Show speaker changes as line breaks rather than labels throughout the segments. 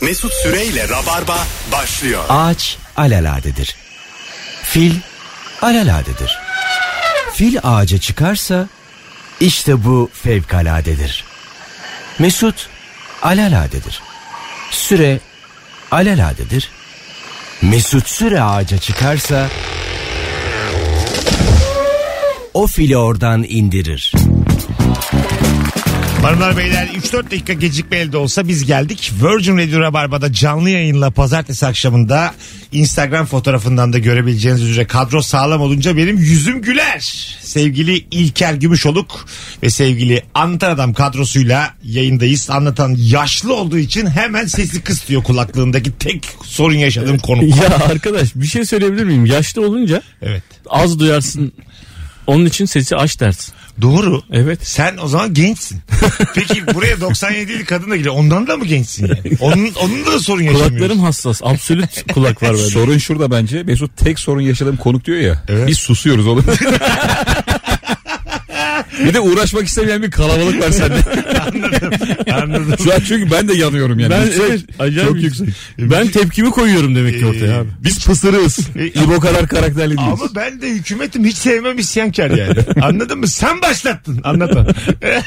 Mesut Süreyle Rabarba başlıyor.
Ağaç alaladedir. Fil alaladedir. Fil ağaca çıkarsa işte bu fevkaladedir. Mesut alaladedir. Süre alaladedir. Mesut Süre ağaca çıkarsa o fili oradan indirir.
Hanımlar beyler 3-4 dakika gecikme elde olsa biz geldik. Virgin Radio Rabarba'da canlı yayınla pazartesi akşamında Instagram fotoğrafından da görebileceğiniz üzere kadro sağlam olunca benim yüzüm güler. Sevgili İlker Gümüşoluk ve sevgili Anlatan Adam kadrosuyla yayındayız. Anlatan yaşlı olduğu için hemen sesi kıs diyor kulaklığındaki tek sorun yaşadığım konu.
Ya arkadaş bir şey söyleyebilir miyim? Yaşlı olunca
Evet.
az duyarsın. Onun için sesi aç dersin.
Doğru.
Evet.
Sen o zaman gençsin. Peki buraya 97'li kadın da geliyor. Ondan da mı gençsin yani? Onun, onun da sorun yaşamıyorsun.
Kulaklarım hassas. Absolut kulak var bende.
Sorun şurada bence. Mesut tek sorun yaşadığım konuk diyor ya.
Evet.
Biz susuyoruz oğlum. bir de uğraşmak istemeyen bir kalabalık var sende.
Anladım.
Şu an çünkü ben de yanıyorum yani.
Ben
Yüksek.
evet, acayip
Çok
yüksek.
yüksek.
Ben tepkimi koyuyorum demek ki
Ee,
ortaya abi.
Biz pısırığız. İbo kadar karakterli değiliz.
E, Ama ben de hükümetim hiç sevmem isyankar yani. Anladın mı? Sen başlattın. Anlatan.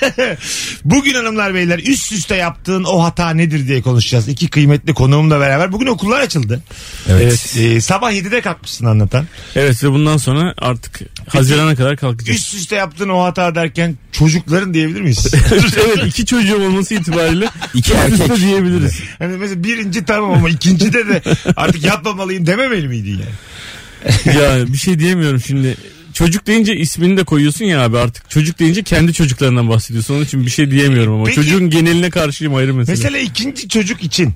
Bugün hanımlar beyler üst üste yaptığın o hata nedir diye konuşacağız. İki kıymetli konuğumla beraber. Bugün okullar açıldı.
Evet.
Ee, sabah 7'de kalkmışsın anlatan.
Evet ve bundan sonra artık Haziran'a kadar kalkacağız.
Üst üste yaptığın o hata derken çocukların diyebilir miyiz?
evet iki çocuğum olması itibariyle
İki
üstte diyebiliriz.
Hani mesela birinci tamam ama ikincide de artık yapmamalıyım dememeli miydi yani?
ya bir şey diyemiyorum şimdi. Çocuk deyince ismini de koyuyorsun ya abi artık. Çocuk deyince kendi çocuklarından bahsediyorsun. Onun için bir şey diyemiyorum ama.
Peki-
Çocuğun geneline karşıyım ayrı mesele.
Mesela ikinci çocuk için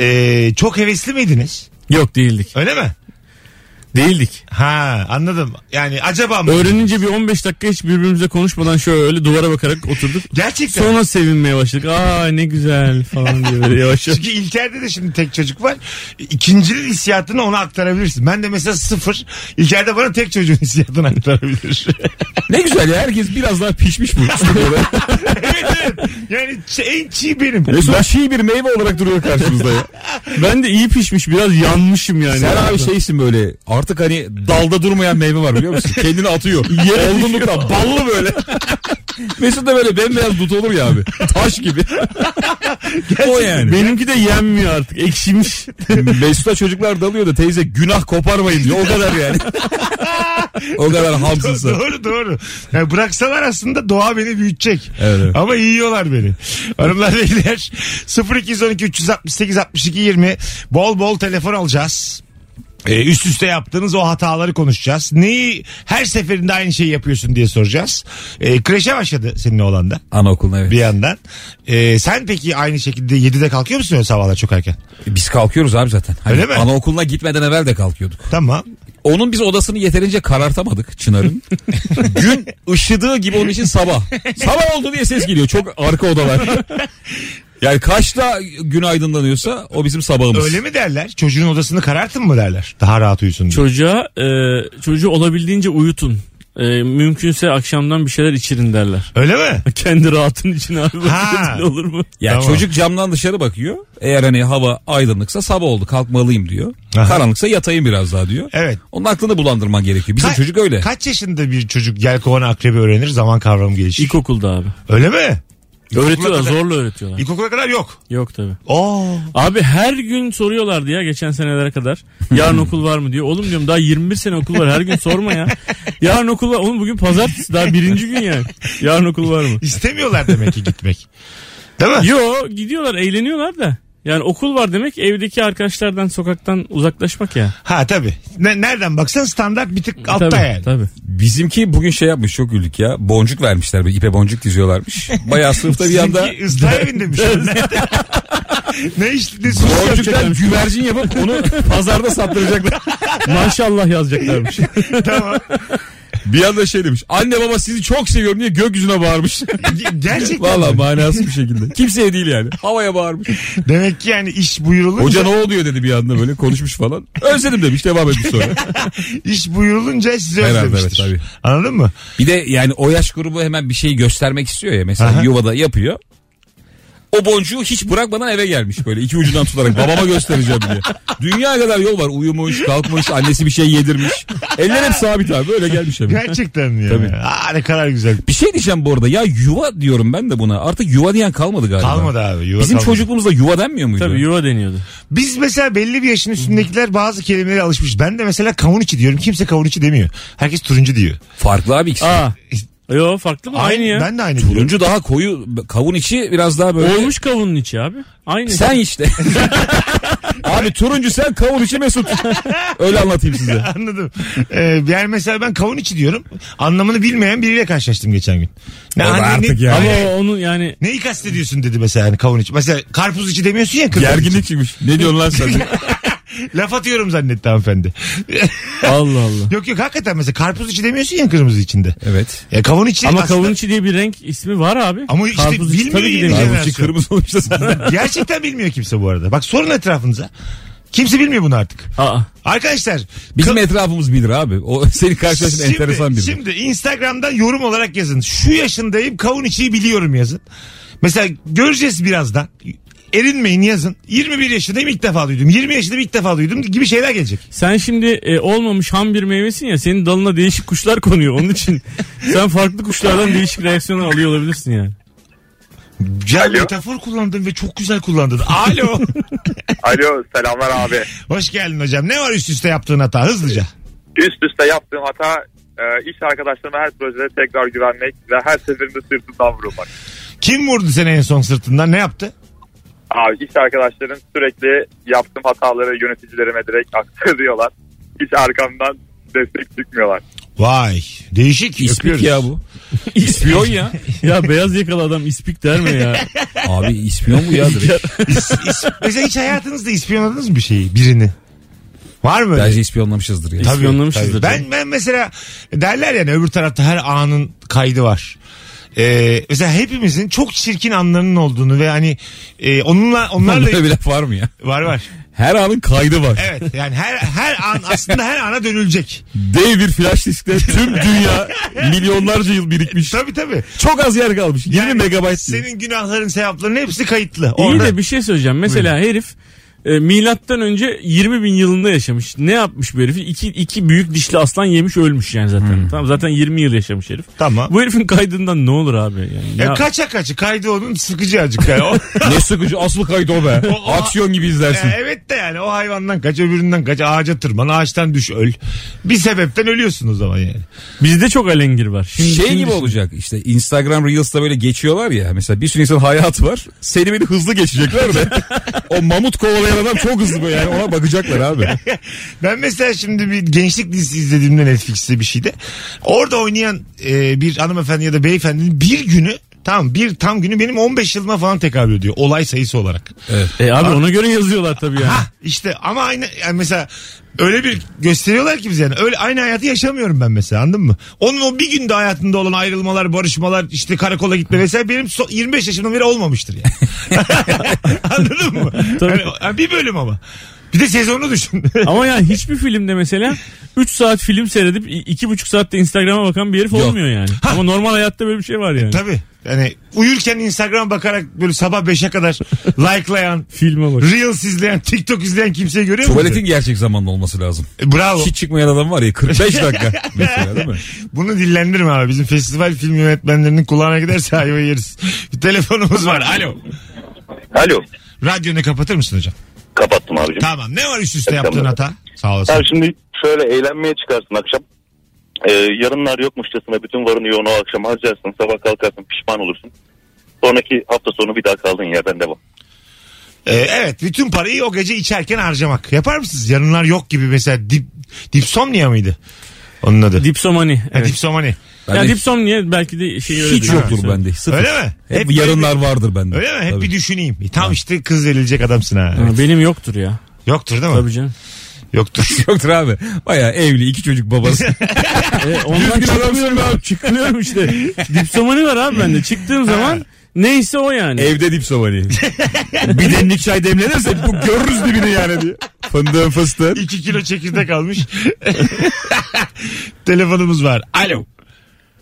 ee, çok hevesli miydiniz?
Yok değildik.
Öyle mi?
Değildik.
Ha anladım. Yani acaba mı?
Öğrenince bir 15 dakika hiç birbirimize konuşmadan şöyle duvara bakarak oturduk.
Gerçekten.
Sonra sevinmeye başladık. Aa ne güzel falan diye böyle yavaş yavaş.
Çünkü İlker'de de şimdi tek çocuk var. İkincinin hissiyatını ona aktarabilirsin. Ben de mesela sıfır. İlker de bana tek çocuğun hissiyatını aktarabilir.
Ne güzel ya herkes biraz daha pişmiş bu.
evet, evet. Yani ç- en çiğ benim.
Mesut şii bir meyve olarak duruyor karşımızda ya.
Ben de iyi pişmiş biraz yanmışım yani.
Hani
Sen abi şeysin böyle artık hani dalda durmayan meyve var biliyor musun? Kendini atıyor. Olgunlukta ballı böyle. Mesut da böyle bembeyaz dut olur ya abi. Taş gibi. o yani.
Benimki de yenmiyor artık. E, Ekşimiş.
Mesut'a çocuklar dalıyor da teyze günah koparmayın diyor. O kadar yani. o kadar hamsın sen.
doğru doğru. Yani bıraksalar aslında doğa beni büyütecek.
Evet, evet.
Ama yiyorlar beni. Hanımlar beyler 0212 368 62 20 bol bol telefon alacağız. Ee, üst üste yaptığınız o hataları konuşacağız. Neyi her seferinde aynı şeyi yapıyorsun diye soracağız. Ee, kreşe başladı senin oğlan da.
Anaokuluna evet.
bir yandan. Ee, sen peki aynı şekilde 7'de kalkıyor musun öyle sabahlar çok erken?
Biz kalkıyoruz abi zaten. Hani
Öyle mi?
Anaokuluna gitmeden evvel de kalkıyorduk.
Tamam.
Onun biz odasını yeterince karartamadık Çınar'ın. Gün ışıdığı gibi onun için sabah. Sabah oldu diye ses geliyor. Çok arka odalar. Yani kaçta gün aydınlanıyorsa o bizim sabahımız.
Öyle mi derler? Çocuğun odasını karartın mı derler? Daha rahat uyusun diye.
Çocuğa e, çocuğu olabildiğince uyutun. E, mümkünse akşamdan bir şeyler içirin derler.
Öyle mi?
Kendi rahatın için abi.
Ha.
olur mu?
Ya
Tamam.
çocuk camdan dışarı bakıyor. Eğer hani hava aydınlıksa sabah oldu kalkmalıyım diyor.
Aha.
Karanlıksa yatayım biraz daha diyor.
Evet.
Onun aklını bulandırman gerekiyor. Bizim
Ka-
çocuk öyle.
Kaç yaşında bir çocuk yelkovana akrebi öğrenir zaman kavramı gelişir?
İlkokulda abi.
Öyle mi?
Öğretiyorlar
kadar-
zorla öğretiyorlar.
İlkokula kadar yok.
Yok tabi.
Oo.
Abi her gün soruyorlardı ya geçen senelere kadar. Yarın okul var mı diyor. Oğlum diyorum daha 21 sene okul var her gün sorma ya. Yarın okul var. Oğlum bugün pazartesi daha birinci gün yani. Yarın okul var mı?
İstemiyorlar demek ki gitmek. Değil mi?
Yo gidiyorlar eğleniyorlar da. Yani okul var demek evdeki arkadaşlardan sokaktan uzaklaşmak ya.
Ha tabii. Ne- nereden baksan standart bir tık altta
tabii,
yani.
Tabii.
Bizimki bugün şey yapmış çok güldük ya. Boncuk vermişler. böyle, ipe boncuk diziyorlarmış. Bayağı sınıfta bir anda
Sizinki ıslah evinde mi şu an? ne iş ne suç
Boncuktan güvercin yapıp onu pazarda sattıracaklar.
Maşallah yazacaklarmış.
Tamam.
Bir anda şey demiş. Anne baba sizi çok seviyorum diye gökyüzüne bağırmış.
Ge- Gerçekten.
Valla manasız bir şekilde. Kimseye değil yani. Havaya bağırmış.
Demek ki yani iş buyurulunca
Hoca ne oluyor dedi bir anda böyle konuşmuş falan. Özledim demiş devam etmiş sonra.
iş buyurulunca size
Herhalde
özlemiştir.
evet,
Anladın mı?
şey Bir de yani o yaş grubu hemen bir şeyi göstermek istiyor ya. Mesela
Aha.
yuvada yapıyor. O boncuğu hiç bırakmadan eve gelmiş böyle iki ucundan tutarak babama göstereceğim diye. Dünya kadar yol var uyumuş kalkmış annesi bir şey yedirmiş. Eller hep sabit abi böyle gelmiş eve.
Gerçekten ya.
Tabii.
Aa, ne kadar güzel.
Bir şey diyeceğim bu arada ya yuva diyorum ben de buna artık yuva diyen kalmadı galiba.
Kalmadı abi. Yuva
Bizim
kalmadı.
çocukluğumuzda yuva denmiyor muydu?
Tabii yuva deniyordu.
Biz mesela belli bir yaşın üstündekiler bazı kelimelere alışmış. Ben de mesela kavun içi diyorum. Kimse kavun içi demiyor. Herkes turuncu diyor.
Farklı abi ikisi.
Aa. Yo farklı mı? Aynı, ya.
Ben de aynı diyorum.
Turuncu daha koyu kavun içi biraz daha böyle.
Olmuş kavunun içi abi. Aynı.
Sen işte. abi turuncu sen kavun içi Mesut. Öyle anlatayım size.
Anladım. Ee, yani mesela ben kavun içi diyorum. Anlamını bilmeyen biriyle karşılaştım geçen gün. Ne,
O da artık ya.
Ama
Hayır,
o- onun yani
Neyi kastediyorsun dedi mesela yani kavun içi. Mesela karpuz içi demiyorsun ya. kırmızı
Gerginlik çıkmış. Ne diyorsun lan sen?
içi. Laf atıyorum zannetti hanımefendi.
Allah Allah.
yok yok hakikaten mesela karpuz içi demiyorsun ya kırmızı içinde.
evet.
Ya kavun içi
Ama
aslında-
kavun içi diye bir renk ismi var abi.
Ama işte
Karpuz içi
bilmiyor
tabii ki
yeni
deniyor.
jenerasyon.
Kavun içi kırmızı olmuş da sen-
Gerçekten bilmiyor kimse bu arada. Bak sorun etrafınıza. Kimse bilmiyor bunu artık.
Aa.
Arkadaşlar
Bizim etrafımız bilir abi. O seni karşılaştığın enteresan biri.
Şimdi Instagram'dan yorum olarak yazın. Şu yaşındayım kavun içiyi biliyorum yazın. Mesela göreceğiz birazdan. Erinmeyin yazın. 21 yaşındayım ilk defa duydum. 20 yaşındayım ilk defa duydum gibi şeyler gelecek.
Sen şimdi e, olmamış ham bir meyvesin ya senin dalına değişik kuşlar konuyor onun için. sen farklı kuşlardan değişik reaksiyonlar alıyor olabilirsin yani.
Ya
Alo.
metafor kullandın ve çok güzel kullandın. Alo.
Alo selamlar abi.
Hoş geldin hocam. Ne var üst üste yaptığın hata hızlıca?
Üst üste yaptığım hata e, iş arkadaşlarıma her projede tekrar güvenmek ve her seferinde sırtından vurulmak.
Kim vurdu seni en son sırtından? Ne yaptı?
Abi iş arkadaşlarım sürekli yaptığım hataları yöneticilerime direkt aktarıyorlar. Hiç arkamdan destek çıkmıyorlar.
Vay değişik.
İspik
Öpüyoruz.
ya bu. İspiyon ya.
Ya beyaz yakalı adam ispik der mi ya?
Abi ispiyon bu ya direkt.
İs- is- mesela hiç hayatınızda ispiyonladınız mı bir şeyi birini? Var mı? öyle?
Bence ispiyonlamışızdır ya.
Tabii. ispiyonlamışızdır
Ben,
canım.
ben mesela derler yani öbür tarafta her anın kaydı var. Ee, mesela hepimizin çok çirkin anlarının olduğunu ve hani e, onunla onlarla
Böyle bir laf var mı ya?
var var.
Her anın kaydı var.
Evet yani her her an aslında her ana dönülecek.
Dev bir flash diskte tüm dünya milyonlarca yıl birikmiş.
Tabii tabii.
Çok az yer kalmış. 20
Yani
megabayt. diye.
Senin günahların, sevapların hepsi kayıtlı.
İyi
orada.
de bir şey söyleyeceğim. Mesela herif e, milattan önce 20 bin yılında yaşamış. Ne yapmış bu herifi? İki, iki büyük dişli aslan yemiş ölmüş yani zaten.
Hmm.
Tamam zaten 20 yıl yaşamış herif.
Tamam.
Bu herifin kaydından ne olur abi? Yani
E,
Ya
ya-
kaça kaçı kaydı onun sıkıcı acık yani. O-
Ne sıkıcı aslı kaydı o be.
O- o-
Aksiyon gibi izlersin.
Ya E, evet de yani o hayvandan kaç öbüründen kaç ağaca tırman ağaçtan düş öl. Bir sebepten ölüyorsun o zaman yani.
Bizde çok alengir var. Şimdi-
şey
şimdi
gibi
düşün.
olacak işte Instagram Reels'ta böyle geçiyorlar ya mesela bir sürü insan hayatı var seni beni hızlı geçecekler de o mamut kovalayan adam çok hızlı böyle yani ona bakacaklar abi.
Ben mesela şimdi bir gençlik dizisi izlediğimde Netflix'te bir şeyde. Orada oynayan e, bir hanımefendi ya da beyefendinin bir günü tam bir tam günü benim 15 yılıma falan tekabül ediyor olay sayısı olarak.
E abi ona göre yazıyorlar tabii yani.
Ha işte ama aynı yani mesela öyle bir gösteriyorlar ki bize yani öyle aynı hayatı yaşamıyorum ben mesela anladın mı? Onun o bir günde hayatında olan ayrılmalar, barışmalar, işte karakola gitme vesaire benim so- 25 yaşımdan beri olmamıştır yani. anladın mı?
Tabii.
Yani bir bölüm ama. Bir de sezonu düşün.
Ama yani hiçbir filmde mesela 3 saat film seyredip 2,5 saatte Instagram'a bakan bir herif olmuyor yani. Ama normal hayatta böyle bir şey var yani.
Tabii. Yani uyurken Instagram bakarak böyle sabah 5'e kadar likelayan,
Filme bak.
Reels izleyen, TikTok izleyen kimseyi görüyor musun?
Tuvaletin gerçek zamanlı olması lazım.
E, Bravo.
Hiç çıkmayan adam var ya 45 dakika mesela değil mi?
Bunu dillendirme abi. Bizim festival film yönetmenlerinin kulağına giderse ayva yeriz. Bir telefonumuz var. Alo.
Alo.
Radyonu kapatır mısın hocam?
Kapattım abicim.
Tamam. Ne var üst üste yaptığın hata? Sağ olasın.
Abi şimdi şöyle eğlenmeye çıkarsın akşam. Ee, yarınlar yokmuşçasına bütün varını yoğunu o akşam harcarsın. Sabah kalkarsın pişman olursun. Sonraki hafta sonu bir daha kaldığın yerden devam.
Ee, evet. Bütün parayı o gece içerken harcamak. Yapar mısınız? Yarınlar yok gibi mesela dip, dipsomnia mıydı? Onun adı.
Dipsomani.
Ha,
Evet.
dipsomani.
Ben
ya
de
dipsomni belki de şey öyle
hiç yoktur bende. Sıfır.
Öyle mi?
Hep,
böyle
yarınlar vardır bende.
bir- Öyle mi? Hep
Tabii.
bir düşüneyim. E, Tam işte kız verilecek adamsın ha.
Benim yoktur ya.
Yoktur değil mi?
Tabii canım.
Yoktur.
Yoktur abi. Baya evli iki çocuk babası.
E, ondan
Düzgün
çıkmıyorum
adamsın
abi. Çıkmıyorum işte. Dipsomani var abi bende. Çıktığım zaman neyse o yani.
Evde dip sovani. bir demlik çay demlenirse bu görürüz dibini yani diye. Fındığın fıstığın.
2 kilo çekirdek almış. Telefonumuz var. Alo.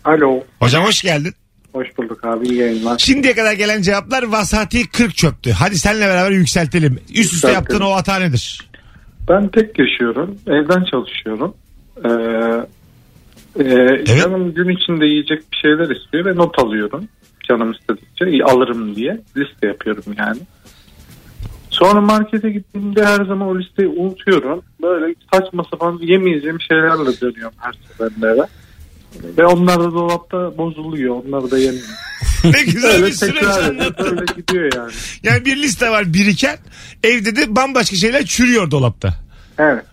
Alo.
Hocam hoş geldin.
Hoş bulduk abi. iyi yayınlar.
Şimdiye kadar gelen cevaplar vasati 40 çöptü. Hadi seninle beraber yükseltelim. Üst üste
Yükseltelim.
yaptığın o hata nedir?
Ben tek yaşıyorum. Evden çalışıyorum. Ee, e, Canım gün içinde yiyecek bir şeyler istiyor ve not alıyorum. Canım istedikçe iyi alırım diye liste yapıyorum yani. Sonra markete gittiğimde her zaman o listeyi unutuyorum. Böyle saçma sapan yemeyeceğim şeylerle dönüyorum her seferinde eve. Ve onlar da dolapta bozuluyor. Onları da yemiyorum.
Ne güzel bir
Böyle
süreç
tekrar
anlat.
edip böyle gidiyor yani.
Yani bir liste var biriken evde de bambaşka şeyler çürüyor dolapta.
Evet.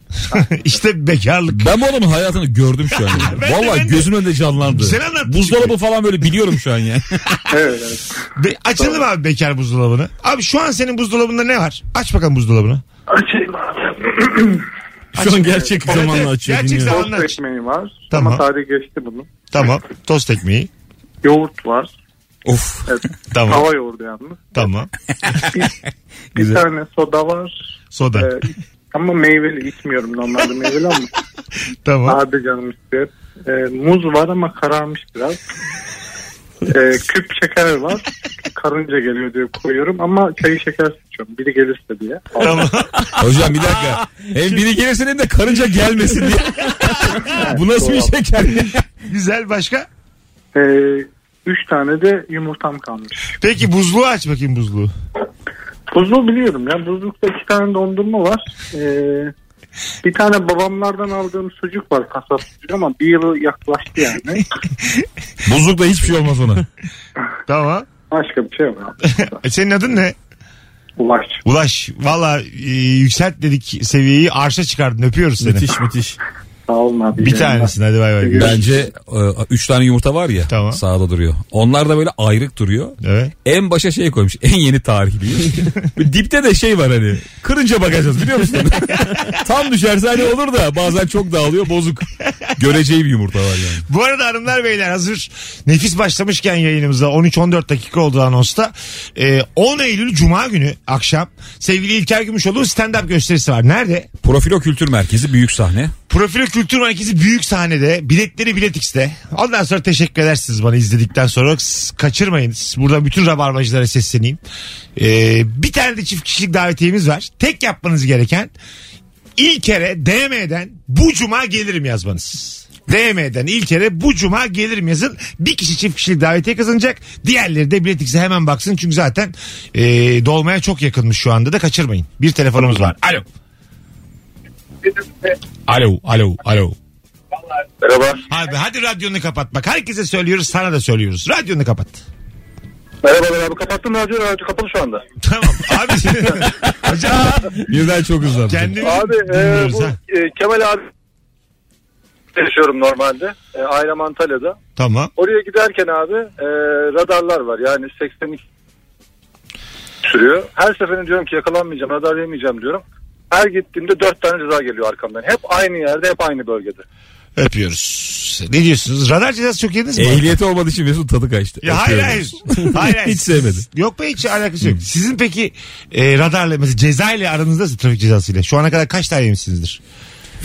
işte bekarlık.
Ben bu adamın hayatını gördüm şu an.
Ben de,
Vallahi
ben de.
Valla gözümün önünde canlandı.
Sen anlattın
Buzdolabı falan böyle biliyorum şu an ya.
Evet. evet.
Be- açalım abi bekar buzdolabını. Abi şu an senin buzdolabında ne var? Aç bakalım buzdolabını.
Açayım abi.
Şu an gerçek zamanla açıyor.
Gerçek
dinliyorum.
zaman-
Tost ekmeği var.
Tamam.
Ama tarihi geçti bunun.
Tamam. Tost ekmeği.
Yoğurt var.
of.
Evet.
Tamam.
Hava yoğurdu yalnız.
Tamam.
Bir tane soda var.
Soda.
Ee, ama meyveli içmiyorum normalde meyveli ama
tamam.
abi canım istiyor. Ee, muz var ama kararmış biraz. Ee, küp şeker var. Karınca geliyor diye koyuyorum ama çayı şeker seçiyorum. Biri gelirse diye.
Tamam.
Hocam bir dakika. Hem biri gelirse hem de karınca gelmesin diye. bu nasıl bir şeker?
Güzel başka.
Ee, üç tane de yumurtam kalmış.
Peki buzluğu aç bakayım buzluğu.
Buzluğu biliyorum ya. Buzlukta iki tane dondurma var. Ee, bir tane babamlardan aldığım sucuk var kasap sucuk ama bir yılı yaklaştı yani.
Buzlukta hiçbir şey olmaz ona.
Tamam.
Başka bir şey yok abi.
E, Senin adın ne?
Ulaş.
Ulaş. Valla e, yükselt dedik seviyeyi arşa çıkardın. Öpüyoruz seni.
Müthiş müthiş.
Sağ olun abi.
Bir tanesin hadi bay bay.
Görüşürüz.
Bence e, üç tane yumurta var ya
Tamam.
sağda duruyor. Onlar da böyle ayrık duruyor.
Evet.
En başa şey koymuş. En yeni tarihli. Bir Dipte de şey var hani. Kırınca bakacağız biliyor musun? Tam düşerse hani olur da bazen çok dağılıyor bozuk. Göreceği bir yumurta var yani.
Bu arada hanımlar beyler hazır nefis başlamışken yayınımıza 13-14 dakika oldu anosta. Ee, 10 Eylül Cuma günü akşam sevgili İlker Gümüşoğlu'nun stand-up gösterisi var. Nerede?
Profilo Kültür Merkezi büyük sahne.
Profilo Kültür Merkezi büyük sahnede. Biletleri Biletix'te. Ondan sonra teşekkür edersiniz bana izledikten sonra. S- Kaçırmayınız. Buradan bütün rabarbacılara sesleneyim. Ee, bir tane de çift kişilik davetiyemiz var. Tek yapmanız gereken ilk kere DM'den bu cuma gelirim yazmanız. DM'den ilk kere bu cuma gelirim yazın. Bir kişi çift kişilik davetiye kazanacak. Diğerleri de biletikse hemen baksın. Çünkü zaten e, dolmaya çok yakınmış şu anda da kaçırmayın. Bir telefonumuz var. Alo. Alo, alo, alo.
Merhaba.
Abi hadi radyonu kapat. Bak herkese söylüyoruz sana da söylüyoruz. Radyonu kapat.
Merhabalar abi. Kapattın radyo. Radyo kapalı şu anda.
Tamam abi. Hocam
Birden çok hızlandı.
kendimizi
Abi e,
dinliyoruz
bu
ha.
e, Kemal abi yaşıyorum normalde. E, ailem Antalya'da.
Tamam.
Oraya giderken abi e, radarlar var. Yani 82 sürüyor. Her seferinde diyorum ki yakalanmayacağım, radar yemeyeceğim diyorum. Her gittiğimde dört tane ceza geliyor arkamdan. Hep aynı yerde, hep aynı bölgede.
Öpüyoruz. Ne diyorsunuz? Radar cezası çok yediniz mi?
Ehliyeti olmadığı için Mesut tadı kaçtı.
Ya hayır
Öpüyorum.
hayır. hayır, hayır.
Hiç sevmedi.
Yok be hiç alakası yok. Sizin peki e, radarla mesela ceza ile aranızda nasıl trafik cezasıyla? Şu ana kadar kaç tane yemişsinizdir?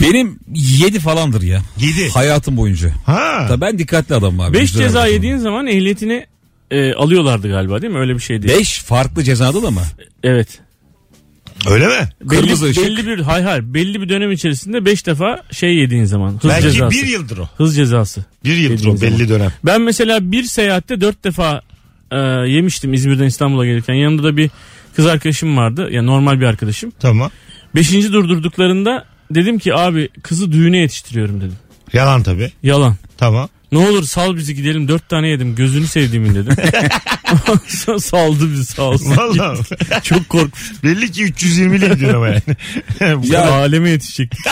Benim 7 falandır ya.
Yedi.
Hayatım boyunca.
Ha.
Da ben dikkatli adamım abi.
5 ceza yediğin zaman ehliyetini e, alıyorlardı galiba değil mi? Öyle bir şey değil.
5 farklı cezada da mı?
Evet.
Öyle mi?
Kırmızı
belli,
ışık.
belli bir hay hay belli bir dönem içerisinde 5 defa şey yediğin zaman hız
Belki
cezası.
bir yıldır o.
Hız cezası.
Bir yıldır o
Dediğiniz
belli dönem.
Ben mesela bir seyahatte 4 defa e, yemiştim İzmir'den İstanbul'a gelirken. Yanımda da bir kız arkadaşım vardı. Ya normal bir arkadaşım.
Tamam.
Beşinci durdurduklarında dedim ki abi kızı düğüne yetiştiriyorum dedim.
Yalan tabii.
Yalan.
Tamam.
Ne olur sal bizi gidelim dört tane yedim gözünü sevdiğimin dedim. Sonra Saldı bizi sağ olsun.
Vallahi
Çok korkmuştum.
belli ki 320 ile gidiyor ama yani. Bu
Ya-
Aleme yetişecektik.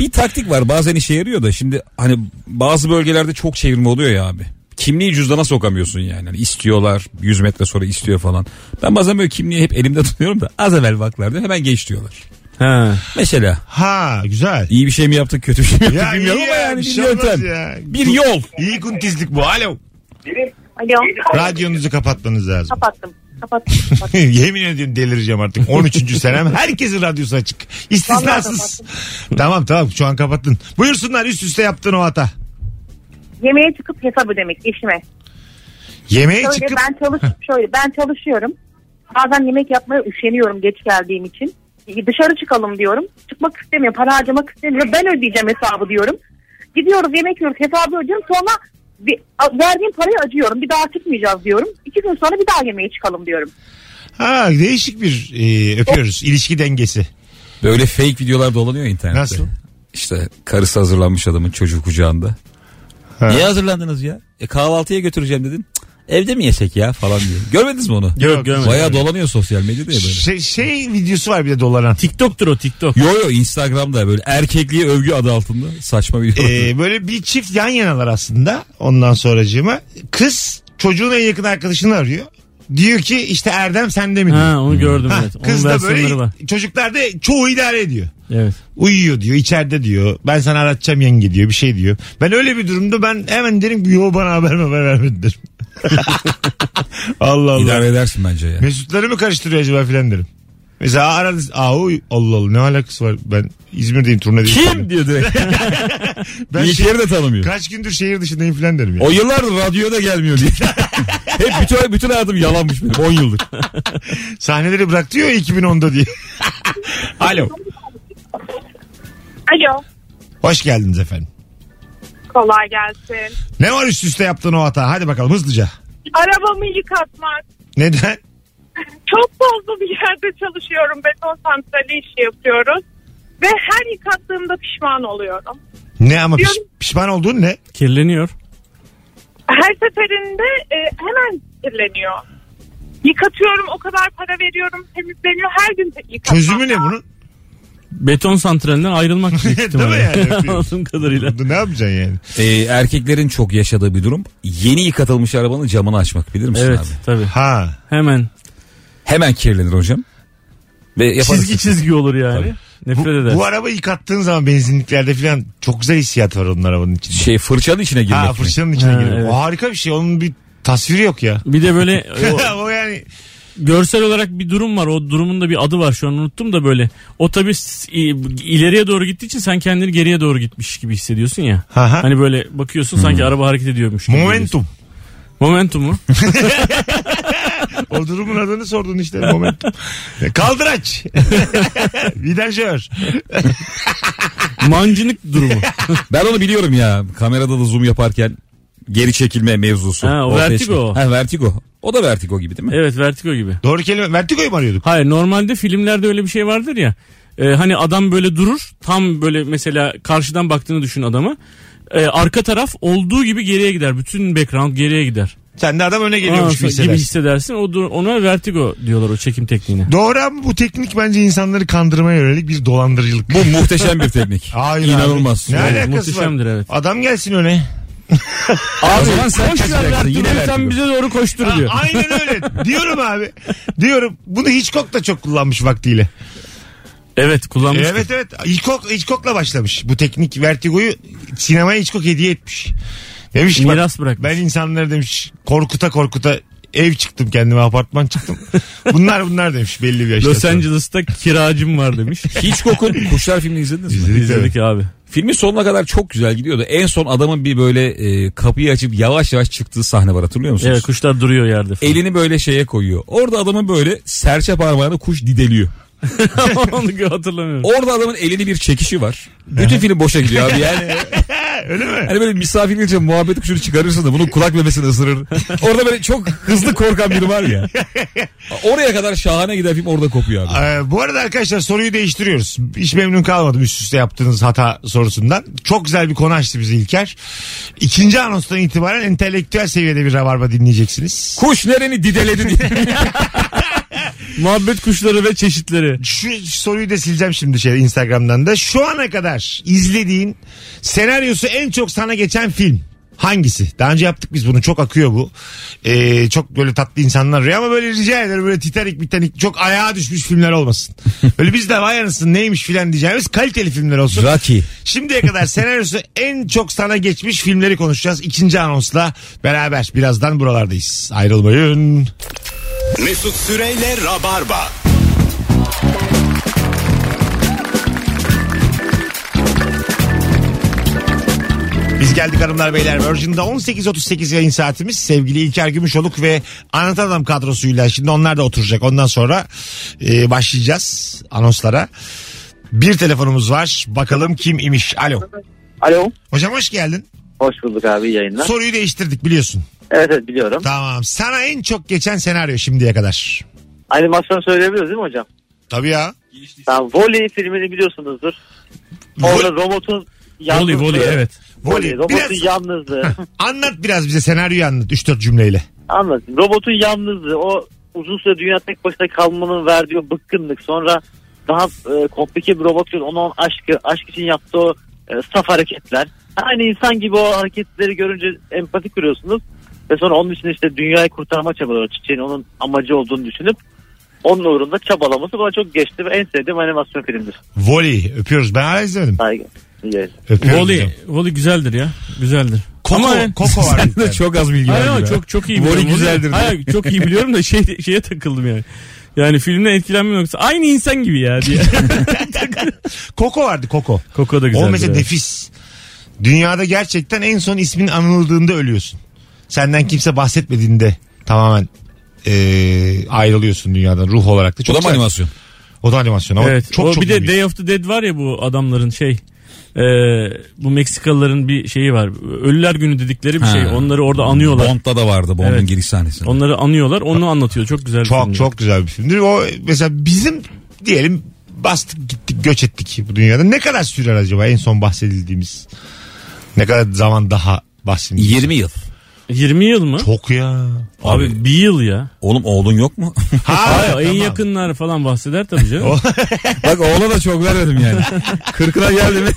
bir taktik var bazen işe yarıyor da şimdi hani bazı bölgelerde çok çevirme oluyor ya abi. Kimliği cüzdana sokamıyorsun yani. Hani istiyorlar 100 metre sonra istiyor falan. Ben bazen böyle kimliği hep elimde tutuyorum da az evvel baklardı hemen geç diyorlar.
ha.
Mesela
Ha güzel.
iyi bir şey mi yaptık kötü bir şey mi yaptık
Ya
bilmiyorum
iyi
ama
ya,
yani
bir
bir,
şey olmaz
yöntem.
ya.
Bir yol.
İyi kuntizlik bu. Alo.
Alo.
Radyonuzu kapatmanız lazım.
Kapattım. Kapattım. kapattım.
Yemin ediyorum delireceğim artık. 13. senem. Herkesin radyosu açık. İstisnasız. tamam tamam şu an kapattın. Buyursunlar üst üste yaptığın o hata.
Yemeğe çıkıp hesap ödemek eşime.
Yemeğe
Şöyle
çıkıp
ben çalış şöyle ben çalışıyorum. Bazen yemek yapmaya üşeniyorum geç geldiğim için. E, Dışarı çıkalım diyorum. Çıkmak istemiyor. Para harcamak istemiyor. Ben ödeyeceğim hesabı diyorum. Gidiyoruz yemek yiyoruz hesabı ödüyorum. Sonra bir, a- verdiğim parayı acıyorum. Bir daha çıkmayacağız diyorum. İki gün sonra bir daha yemeğe çıkalım diyorum.
ha değişik bir e, öpüyoruz. İlişki dengesi.
Böyle fake videolar dolanıyor internette.
Nasıl?
İşte karısı hazırlanmış adamın çocuğu kucağında.
Ha.
Niye hazırlandınız ya? E, kahvaltıya götüreceğim dedin. Cık, Evde mi yesek ya falan diye. Görmediniz mi onu?
Yok görmedim.
Bayağı dolanıyor sosyal medyada ya böyle.
Şey, şey videosu var bir de dolanan.
TikTok'tur o TikTok.
Yo yo Instagram'da böyle erkekliğe övgü adı altında saçma videolar.
Ee, böyle bir çift yan yanalar aslında ondan sonracığıma. Kız çocuğun en yakın arkadaşını arıyor. Diyor ki işte Erdem sende mi diyor.
Ha onu gördüm
Ha,
evet. Onun
kız da böyle
versiyonları var.
çocuklar da çoğu idare ediyor.
Evet.
Uyuyor diyor içeride diyor. Ben sana aratacağım yenge diyor bir şey diyor. Ben öyle bir durumda ben hemen derim ki yo bana haber haber vermedi derim. Allah Allah.
İdare edersin bence ya.
Mesutları mı karıştırıyor acaba filan derim. Mesela aranız aa uy, Allah Allah ne alakası var ben İzmir'deyim turnedeyim.
Kim diyor direkt.
Ben
İlk
şey-
yeri de tanımıyor.
kaç gündür şehir dışındayım filan derim. ya.
O yıllardır radyoda gelmiyor diye. Hep bütün, bütün hayatım yalanmış benim 10 yıldır.
Sahneleri bıraktı ya 2010'da diye. Alo.
Alo.
Hoş geldiniz efendim.
Kolay gelsin.
Ne var üst üste yaptığın o hata? Hadi bakalım hızlıca.
Arabamı yıkatmak.
Neden?
Çok tozlu bir yerde çalışıyorum. Beton santrali işi yapıyoruz. Ve her yıkattığımda pişman oluyorum.
Ne ama piş-
Diyorum.
pişman olduğun ne?
Kirleniyor.
her seferinde e, hemen kirleniyor. Yıkatıyorum o kadar para veriyorum temizleniyor her gün te- yıkatmam.
Çözümü ne bunun?
Beton santralinden ayrılmak büyük
Değil
ihtimalle.
mi yani? Öpüyorum.
Anladığım kadarıyla.
Ne yapacaksın yani?
Ee, erkeklerin çok yaşadığı bir durum. Yeni yıkatılmış arabanın camını açmak bilir misin
Evet
abi?
tabii.
Ha.
Hemen
Hemen kirlenir hocam. Ve yaparız.
çizgi çizgi olur yani.
Bu,
Nefret eder.
bu araba yıkattığın zaman benzinliklerde filan çok güzel hissiyat var onun arabanın içinde.
Şey fırçanın içine girmek
ha
mi?
fırçanın içine
Ha,
girip. O
evet.
harika bir şey. Onun bir tasviri yok ya.
Bir de böyle o,
o yani
görsel olarak bir durum var. O durumun da bir adı var şu an unuttum da böyle. O tabii s- i- ileriye doğru gittiği için sen kendini geriye doğru gitmiş gibi hissediyorsun ya.
Ha ha.
Hani böyle bakıyorsun sanki araba hareket ediyormuş gibi. geliyorsun.
momentum.
Momentumu.
O durumun adını sordun işte momentum. Kaldıraç. Vidanjör.
Mancınık durumu.
Ben onu biliyorum ya. Kamerada da zoom yaparken geri çekilme mevzusu.
Ha, o
Ortaya
vertigo.
çıkıyor. Ha, vertigo. O da vertigo gibi değil mi?
Evet vertigo gibi.
Doğru kelime. Vertigo'yu mu arıyorduk?
Hayır normalde filmlerde öyle bir şey vardır ya. Ee, hani adam böyle durur. Tam böyle mesela karşıdan baktığını düşün adamı. Ee, arka taraf olduğu gibi geriye gider. Bütün background geriye gider.
Sen de adam öne geliyormuş
Aa,
gibi
gibi
hissedersin.
hissedersin. O dur- ona vertigo diyorlar o çekim tekniğine.
Doğru ama bu teknik bence insanları kandırmaya yönelik bir dolandırıcılık.
Bu muhteşem bir teknik.
Hayır
İnanılmaz.
abi. Ne
Yani
alakası
muhteşemdir,
var?
evet.
Adam gelsin öne.
o zaman sen
Koş lan
kaçacaksın. Yine
vertigoyu sen
vertigo. Ah,
bize doğru koştur diyor.
Aynen öyle. Diyorum abi. Diyorum. Bunu Hitchcock da çok kullanmış vaktiyle.
Evet kullanmış.
Evet evet. Hitchcock, Hitchcock'la başlamış. Bu teknik vertigoyu sinemaya Hitchcock hediye etmiş. Demiş ki bak,
Miras bırakmış.
ben insanları demiş korkuta korkuta ev çıktım kendime apartman çıktım. bunlar bunlar demiş belli bir yaşta.
Los Angeles'ta kiracım var demiş.
Hiç kokun Kuşlar filmini izlediniz mi?
İzledik abi.
Filmin sonuna kadar çok güzel gidiyordu. En son adamın bir böyle e, kapıyı açıp yavaş yavaş çıktığı sahne var hatırlıyor musunuz?
Evet kuşlar duruyor yerde. falan.
Elini böyle şeye koyuyor. Orada adamın böyle serçe parmağını kuş dideliyor.
Onu hatırlamıyorum.
Orada adamın elini bir çekişi var. Bütün film boşa gidiyor abi yani.
Öyle mi?
Hani böyle misafirlice muhabbeti kuşunu çıkarırsın da bunun kulak memesini ısırır. Orada böyle çok hızlı korkan biri var ya. Oraya kadar şahane giden film orada kopuyor abi.
Ee, bu arada arkadaşlar soruyu değiştiriyoruz. Hiç memnun kalmadım üst üste yaptığınız hata sorusundan. Çok güzel bir konu açtı bizi İlker. İkinci anonstan itibaren entelektüel seviyede bir rabarba dinleyeceksiniz.
Kuş nereni dideledi diye.
Muhabbet kuşları ve çeşitleri.
Şu soruyu da sileceğim şimdi şey Instagram'dan da. Şu ana kadar izlediğin senaryosu en çok sana geçen film hangisi? Daha önce yaptık biz bunu. Çok akıyor bu. Ee, çok böyle tatlı insanlar arıyor ama böyle rica ederim böyle Titanic Titanic çok ayağa düşmüş filmler olmasın. Böyle biz de vay anasını neymiş filan diyeceğimiz kaliteli filmler olsun.
Rocky.
Şimdiye kadar senaryosu en çok sana geçmiş filmleri konuşacağız. İkinci anonsla beraber birazdan buralardayız. Ayrılmayın.
Mesut Süreyle Rabarba.
Bir Biz geldik hanımlar beyler. Virgin'de 18.38 yayın saatimiz. Sevgili İlker Gümüşoluk ve Anlatan Adam kadrosuyla. Şimdi onlar da oturacak. Ondan sonra e, başlayacağız anonslara. Bir telefonumuz var. Bakalım kim imiş. Alo.
Alo.
Hocam hoş geldin.
Hoş bulduk abi yayınlar.
Soruyu değiştirdik biliyorsun.
Evet evet biliyorum.
Tamam. Sana en çok geçen senaryo şimdiye kadar.
Animasyon söyleyebiliyoruz değil mi hocam?
Tabii ya.
Tamam, Voley filmini biliyorsunuzdur. Orada
Vol-
robotun
Voley
yalnızlığı.
voley evet.
Voley.
Robotun
Biraz
yalnızlığı.
anlat biraz bize senaryoyu anlat. 3-4 cümleyle.
Anladım. Robotun yalnızlığı o uzun süre dünya tek başına kalmanın verdiği o bıkkınlık. Sonra daha e, komplike bir robot görüyor. Ona onun aşkı, aşk için yaptığı o e, saf hareketler. Aynı insan gibi o hareketleri görünce empati kuruyorsunuz. Ve sonra onun için işte dünyayı kurtarma çabaları çiçeğin onun amacı olduğunu düşünüp onun uğrunda çabalaması bana çok geçti ve en sevdiğim animasyon filmdir.
Voley. Öpüyoruz. Ben hala izlemedim.
Saygı. İyi yayınlar.
Öpüyoruz. hocam.
Voley, voley güzeldir ya. Güzeldir.
Koko,
Ama-
Koko var. bir
de
tane.
çok az bilgi
Hayır
var.
ama
gibi.
çok çok iyi
Voley
biliyorum. Voley-
güzeldir.
Hayır çok iyi biliyorum da şey, şeye takıldım yani. Yani filmden etkilenmiyorum yoksa aynı insan gibi ya diye.
Koko vardı Koko.
Koko da güzeldir.
o mesela
evet.
nefis. Dünyada gerçekten en son ismin anıldığında ölüyorsun. Senden kimse bahsetmediğinde tamamen eee, ayrılıyorsun dünyadan ruh olarak da.
Bu
Çok
da mı
güzel.
animasyon?
O da animasyon ama
Evet.
çok
o
çok
bir de
iyi. şey.
Day of the Dead var ya bu adamların şey. e, bu Meksikalıların bir şeyi var. Ölüler günü dedikleri bir
Ha.
şey. Onları orada anıyorlar.
Bond'da da vardı Bond'un
Evet.
giriş sahnesi.
Onları anıyorlar. Onu anlatıyor. Çok güzel. bir film.
Çok çok güzel bir filmdir. O mesela bizim diyelim bastık gittik göç ettik bu dünyada. Ne kadar sürer acaba en son bahsedildiğimiz? Ne kadar zaman daha bahsedildiğimiz?
20 yıl.
20 yıl mı?
Çok ya.
Abi,
Abi.
bir yıl ya.
Oğlum oğlun yok mu?
Ha,
Hayır, en
tamam.
yakınlar falan bahseder tabii canım.
Bak oğla da çok vermedim yani. Kırkına geldi mi?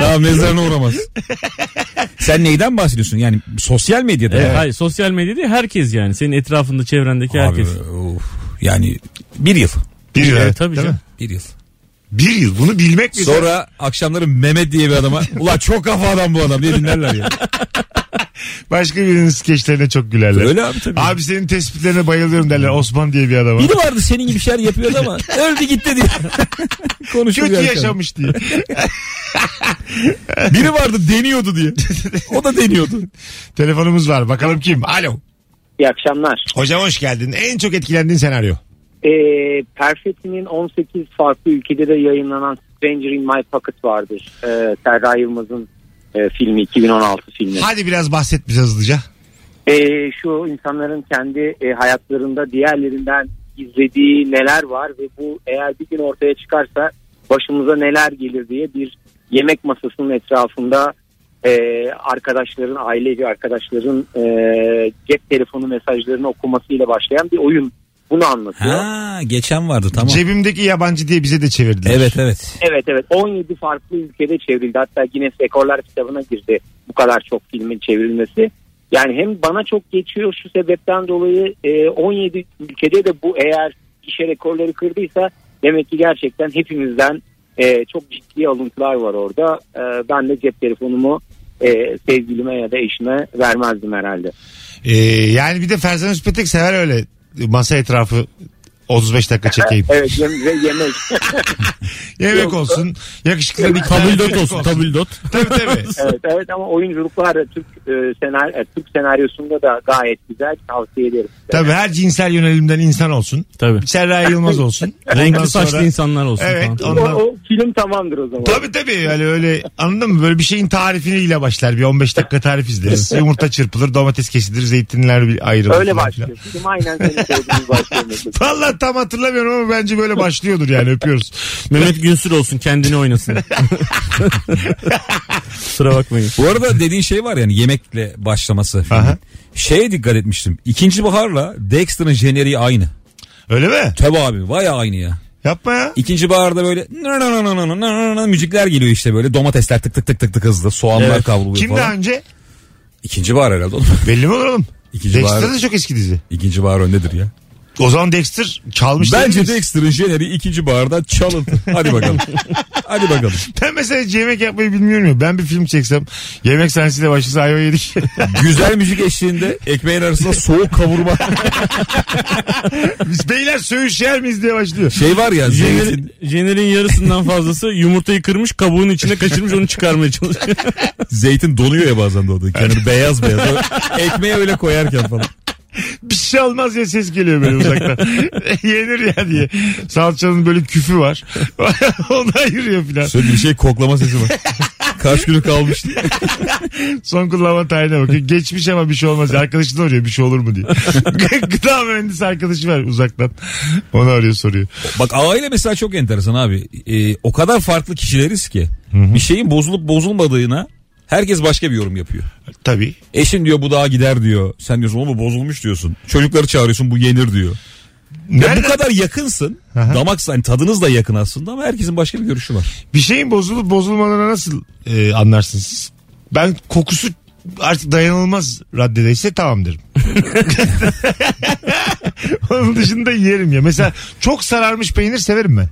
Daha mezarına uğramaz. Sen neyden bahsediyorsun? Yani sosyal medyada.
E,
Evet.
Hayır sosyal medya değil herkes yani. Senin etrafında çevrendeki
Abi,
herkes.
of. Yani bir yıl.
Bir yıl.
Evet,
evet,
tabii
değil
canım.
mi?
Bir yıl.
Bir yıl bunu bilmek güzel.
Sonra akşamları Mehmet diye bir adama ulan çok kafa adam bu adam diye dinlerler ya.
Başka birinin skeçlerine çok gülerler.
Öyle abi tabii.
Abi senin tespitlerine bayılıyorum derler Osman diye bir adama.
Biri vardı senin gibi şeyler yapıyordu ama öldü gitti diye. Konuşuyor
Kötü
arkada.
yaşamış diye.
Biri vardı deniyordu diye. O da deniyordu.
Telefonumuz var bakalım kim? Alo.
İyi akşamlar.
Hocam hoş geldin. En çok etkilendiğin senaryo.
Ee, Perfetti'nin 18 farklı ülkede de yayınlanan Stranger in My Pocket vardır. Ee, Serra Yılmaz'ın e, filmi 2016 filmi.
Hadi biraz bahset bize hızlıca.
Ee, şu insanların kendi e, hayatlarında diğerlerinden izlediği neler var ve bu eğer bir gün ortaya çıkarsa başımıza neler gelir diye bir yemek masasının etrafında e, arkadaşların, ailevi arkadaşların e, cep telefonu mesajlarını okumasıyla başlayan bir oyun. Bunu anlatıyor.
Ha geçen vardı tamam.
Cebimdeki yabancı diye bize de çevirdiler.
Evet evet.
Evet evet 17 farklı ülkede çevrildi. Hatta Guinness Rekorlar kitabına girdi bu kadar çok filmin çevrilmesi. Yani hem bana çok geçiyor şu sebepten dolayı e, 17 ülkede de bu eğer gişe rekorları kırdıysa demek ki gerçekten hepimizden e, çok ciddi alıntılar var orada. E, ben de cep telefonumu e, sevgilime ya da eşime vermezdim herhalde.
Ee, yani bir de Ferzan Özpetek sever öyle masa etrafı 35 dakika çekeyim.
Evet yem- ve yemek.
Yemek
Yok.
olsun. Yakışıklı bir
Tabildot olsun tabildot.
Tabii tabii.
evet, evet ama oyunculuklar da Türk, e, senar, e, Türk senaryosunda da gayet güzel tavsiye ederim. size.
tabii her cinsel yönelimden insan olsun.
Tabii.
Serra Yılmaz olsun. Ondan
Renkli saçlı
sonra-
insanlar olsun
Evet.
falan.
O,
Ondan...
o film tamamdır o zaman.
Tabii tabii yani öyle anladın mı? Böyle bir şeyin tarifiniyle başlar. Bir 15 dakika tarif izleriz. Yumurta çırpılır, domates kesilir, zeytinler bir ayrılır.
Öyle
falan
başlıyor.
filan.
Film aynen senin söylediğin başlıyor. mesela.
Vallahi tam hatırlamıyorum ama bence böyle başlıyordur yani öpüyoruz.
Mehmet Günsür olsun kendini oynasın. Kusura bakmayın.
Bu arada dediğin şey var yani yemekle başlaması. filmin.
Aha.
Şeye dikkat etmiştim. İkinci baharla Dexter'ın jeneriği aynı.
Öyle mi?
Tabi abi vay aynı ya.
Yapma ya.
İkinci baharda böyle müzikler geliyor işte böyle domatesler tık tık tık tık tık hızlı soğanlar
Evet.
kavruluyor
Kim
falan.
daha önce?
İkinci bahar herhalde oğlum.
Belli mi olur oğlum?
İkinci
Dexter
bahar,
de çok eski dizi.
ikinci bahar öndedir ya.
O zaman Dexter çalmış değil
Bence
miyiz?
Dexter'ın jeneriği ikinci barda çalındı. Hadi bakalım. Hadi bakalım.
Ben mesela hiç yemek yapmayı bilmiyorum ya. Ben bir film çeksem yemek sahnesiyle başlasa ayva yedik.
Güzel müzik eşliğinde ekmeğin arasında soğuk kavurma
Biz beyler söğüş yer miyiz diye başlıyor.
şey var ya.
Jenerin,
Zeytin,
jenerin yarısından fazlası yumurtayı kırmış kabuğun içine kaçırmış onu çıkarmaya çalışıyor.
zeytin donuyor ya bazen de orada. Kenarı beyaz beyaz. O Ekmeğe öyle koyarken falan.
Bir şey olmaz ya ses geliyor böyle uzaktan. Yenir ya diye. Salçanın böyle küfü var. Onu ayırıyor filan.
Sürekli bir şey koklama sesi var. Kaç günü kalmıştı.
Son kullanma tarihine bakıyor. Geçmiş ama bir şey olmaz. Arkadaşını arıyor bir şey olur mu diye. Gıda mühendisi arkadaşı var uzaktan. Onu arıyor soruyor.
Bak aile mesela çok enteresan abi. Ee, o kadar farklı kişileriz ki. Bir şeyin bozulup bozulmadığına herkes başka bir yorum yapıyor.
Tabii.
Eşin diyor bu daha gider diyor. Sen diyorsun oğlum bu bozulmuş diyorsun. Çocukları çağırıyorsun bu yenir diyor. Ya bu
Nereden-
kadar yakınsın. Damak hani tadınız da yakın aslında ama herkesin başka bir görüşü var.
Bir şeyin bozulup bozulmadığını nasıl e, anlarsınız siz? Ben kokusu artık dayanılmaz raddedeyse tamam derim. Onun dışında yerim ya. Mesela çok sararmış peynir severim ben.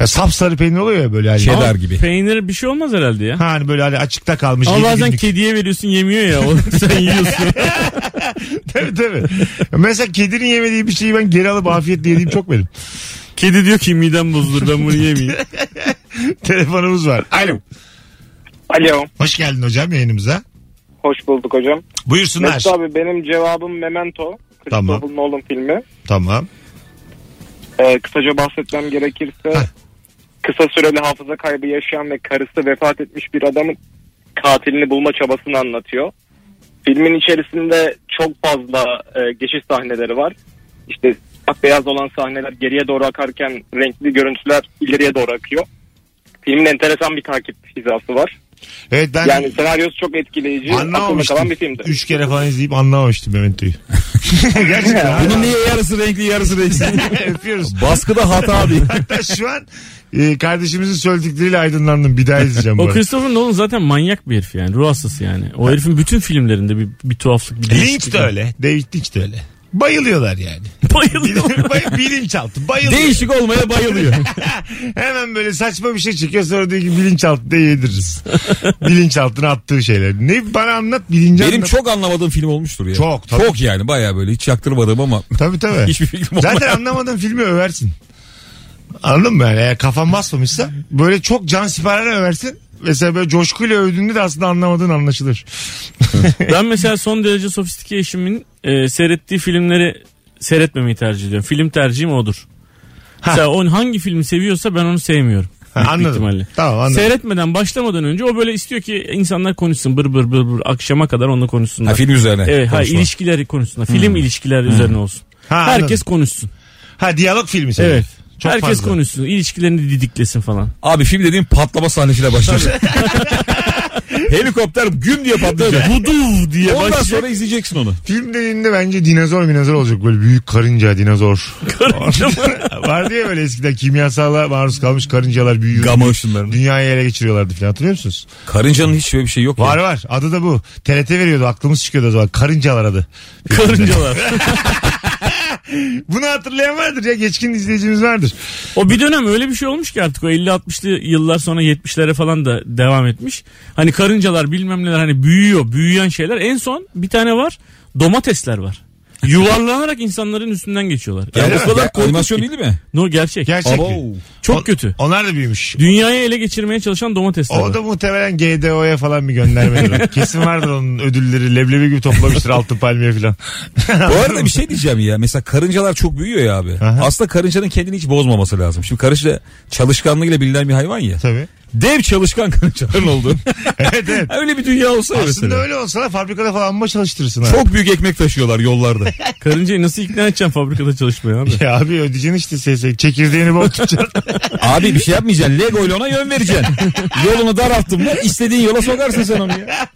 Ya sapsarı peynir oluyor ya böyle hani.
Cheddar
Ama
gibi.
Peynir bir şey olmaz herhalde ya.
Ha, hani böyle hani açıkta kalmış.
Ama
yedi
bazen
günlük.
kediye veriyorsun yemiyor ya. Onu sen yiyorsun.
tabii, tabii. Mesela kedinin yemediği bir şeyi ben geri alıp afiyetle yediğim çok benim.
Kedi diyor ki midem bozulur ben bunu yemeyeyim.
Telefonumuz var. Alo.
Alo.
Hoş geldin hocam yayınımıza.
Hoş bulduk hocam.
Buyursunlar.
Mesut abi benim cevabım Memento. Christopher
Tamam.
Nolan filmi.
Tamam.
Ee, kısaca bahsetmem gerekirse
Heh.
kısa süreli hafıza kaybı yaşayan ve karısı vefat etmiş bir adamın katilini bulma çabasını anlatıyor. Filmin içerisinde çok fazla e, geçiş sahneleri var. İşte beyaz olan sahneler geriye doğru akarken renkli görüntüler ileriye doğru akıyor. Filmin enteresan bir takip hizası var.
Evet ben
Yani senaryosu çok etkileyici. Aklımda kalan
anlamamıştım.
bir filmdi.
Üç kere falan izleyip anlamamıştım Memento'yu. Gerçekten.
Bunun niye yarısı renkli yarısı renksiz?
Öpüyoruz.
Baskıda hata değil.
Hatta şu an e, kardeşimizin söyledikleriyle aydınlandım. Bir daha izleyeceğim bu
O
arada.
Christopher Nolan zaten manyak bir herif yani. Ruh hastası yani. O herifin bütün filmlerinde bir, bir tuhaflık bir
Lynch
değişiklik
de
var.
öyle. David Lynch de öyle. Bayılıyorlar yani.
Bayılıyor.
Bay- bilinçaltı. Bayılıyor.
Değişik olmaya bayılıyor.
Hemen böyle saçma bir şey çıkıyor sonra diyor ki bilinçaltı diye yediririz. bilinçaltına attığı şeyler. Ne bana anlat bilinci
Benim
anlat.
çok anlamadığım film olmuştur ya.
Çok, tabii.
Çok yani baya böyle hiç yaktırmadım ama
Tabii tabii.
hiçbir fikrim olmaz.
Zaten anlamadığın filmi översin. Anladın mı? Yani eğer kafan basmamışsa böyle çok can siparişine översin. Mesela böyle coşkuyla övdüğünde de aslında anlamadığın anlaşılır.
Ben mesela son derece sofistike eşimin e, seyrettiği filmleri seyretmemeyi tercih ediyorum. Film tercihim odur. Mesela on hangi filmi seviyorsa ben onu sevmiyorum.
Ha,
Büyük
anladım.
ihtimalle.
Tamam anladım.
Seyretmeden başlamadan önce o böyle istiyor ki insanlar konuşsun bır bır bır bır akşama kadar onunla konuşsunlar.
Ha, film Hmm. üzerine.
evet, hayır,
konuşma.
ilişkiler konusunda. Film ilişkiler üzerine olsun.
Ha,
Herkes konuşsun.
Ha diyalog filmi senin.
Evet.
Çok
Herkes
fazla.
konuşsun. İlişkilerini didiklesin falan.
Abi film dediğim patlama sahnesiyle başlar. Helikopter güm diye patlayacak.
Vudu diye
Ondan
başlıyor.
sonra izleyeceksin onu.
Film dediğinde bence dinozor minozor olacak böyle büyük karınca dinozor. Var diye böyle eskiden kimyasala maruz kalmış karıncalar büyüyor.
Gama ışınlarını.
Dünyayı ele geçiriyorlardı falan hatırlıyor musunuz?
Karıncanın hiç böyle bir şey yok.
Var
ya.
var adı da bu. TRT veriyordu aklımız çıkıyordu o zaman karıncalar adı.
Karıncalar.
Bunu hatırlayan vardır ya geçkin izleyicimiz vardır.
O bir dönem öyle bir şey olmuş ki artık o 50-60'lı yıllar sonra 70'lere falan da devam etmiş. Hani karıncalar bilmem neler hani büyüyor büyüyen şeyler. En son bir tane var domatesler var. Yuvarlanarak insanların üstünden geçiyorlar.
Ya
Yani
bu kadar animasyon değil mi?
no gerçek.
Gerçek mi?
Abo.
Çok
On-
kötü.
Onlar da büyümüş.
Dünyayı ele geçirmeye çalışan domatesler
O
var.
da muhtemelen GDO'ya falan bir göndermedir. Kesin vardır onun ödülleri. Leblebi gibi toplamıştır altın palmiye falan.
Bu arada bir şey diyeceğim ya. Mesela karıncalar çok büyüyor ya abi.
Aha.
Aslında karıncanın kendini hiç bozmaması lazım. Şimdi karınca çalışkanlığıyla bilinen bir hayvan ya.
Tabii.
Dev çalışkan karıncaların olduğu.
Evet evet.
öyle bir dünya olsa ya
Aslında
mesela.
öyle olsa da fabrikada falan amma çalıştırırsın ha.
Çok büyük ekmek taşıyorlar yollarda.
Karıncayı nasıl ikna edeceksin fabrikada çalışmaya abi?
Ya abi ödeyeceksin işte sesi. Çekirdeğini bol tutacaksın.
Abi bir şey yapmayacaksın. Lego ile ona yön vereceksin. Yolunu daralttın mı istediğin yola sokarsın sen onu ya.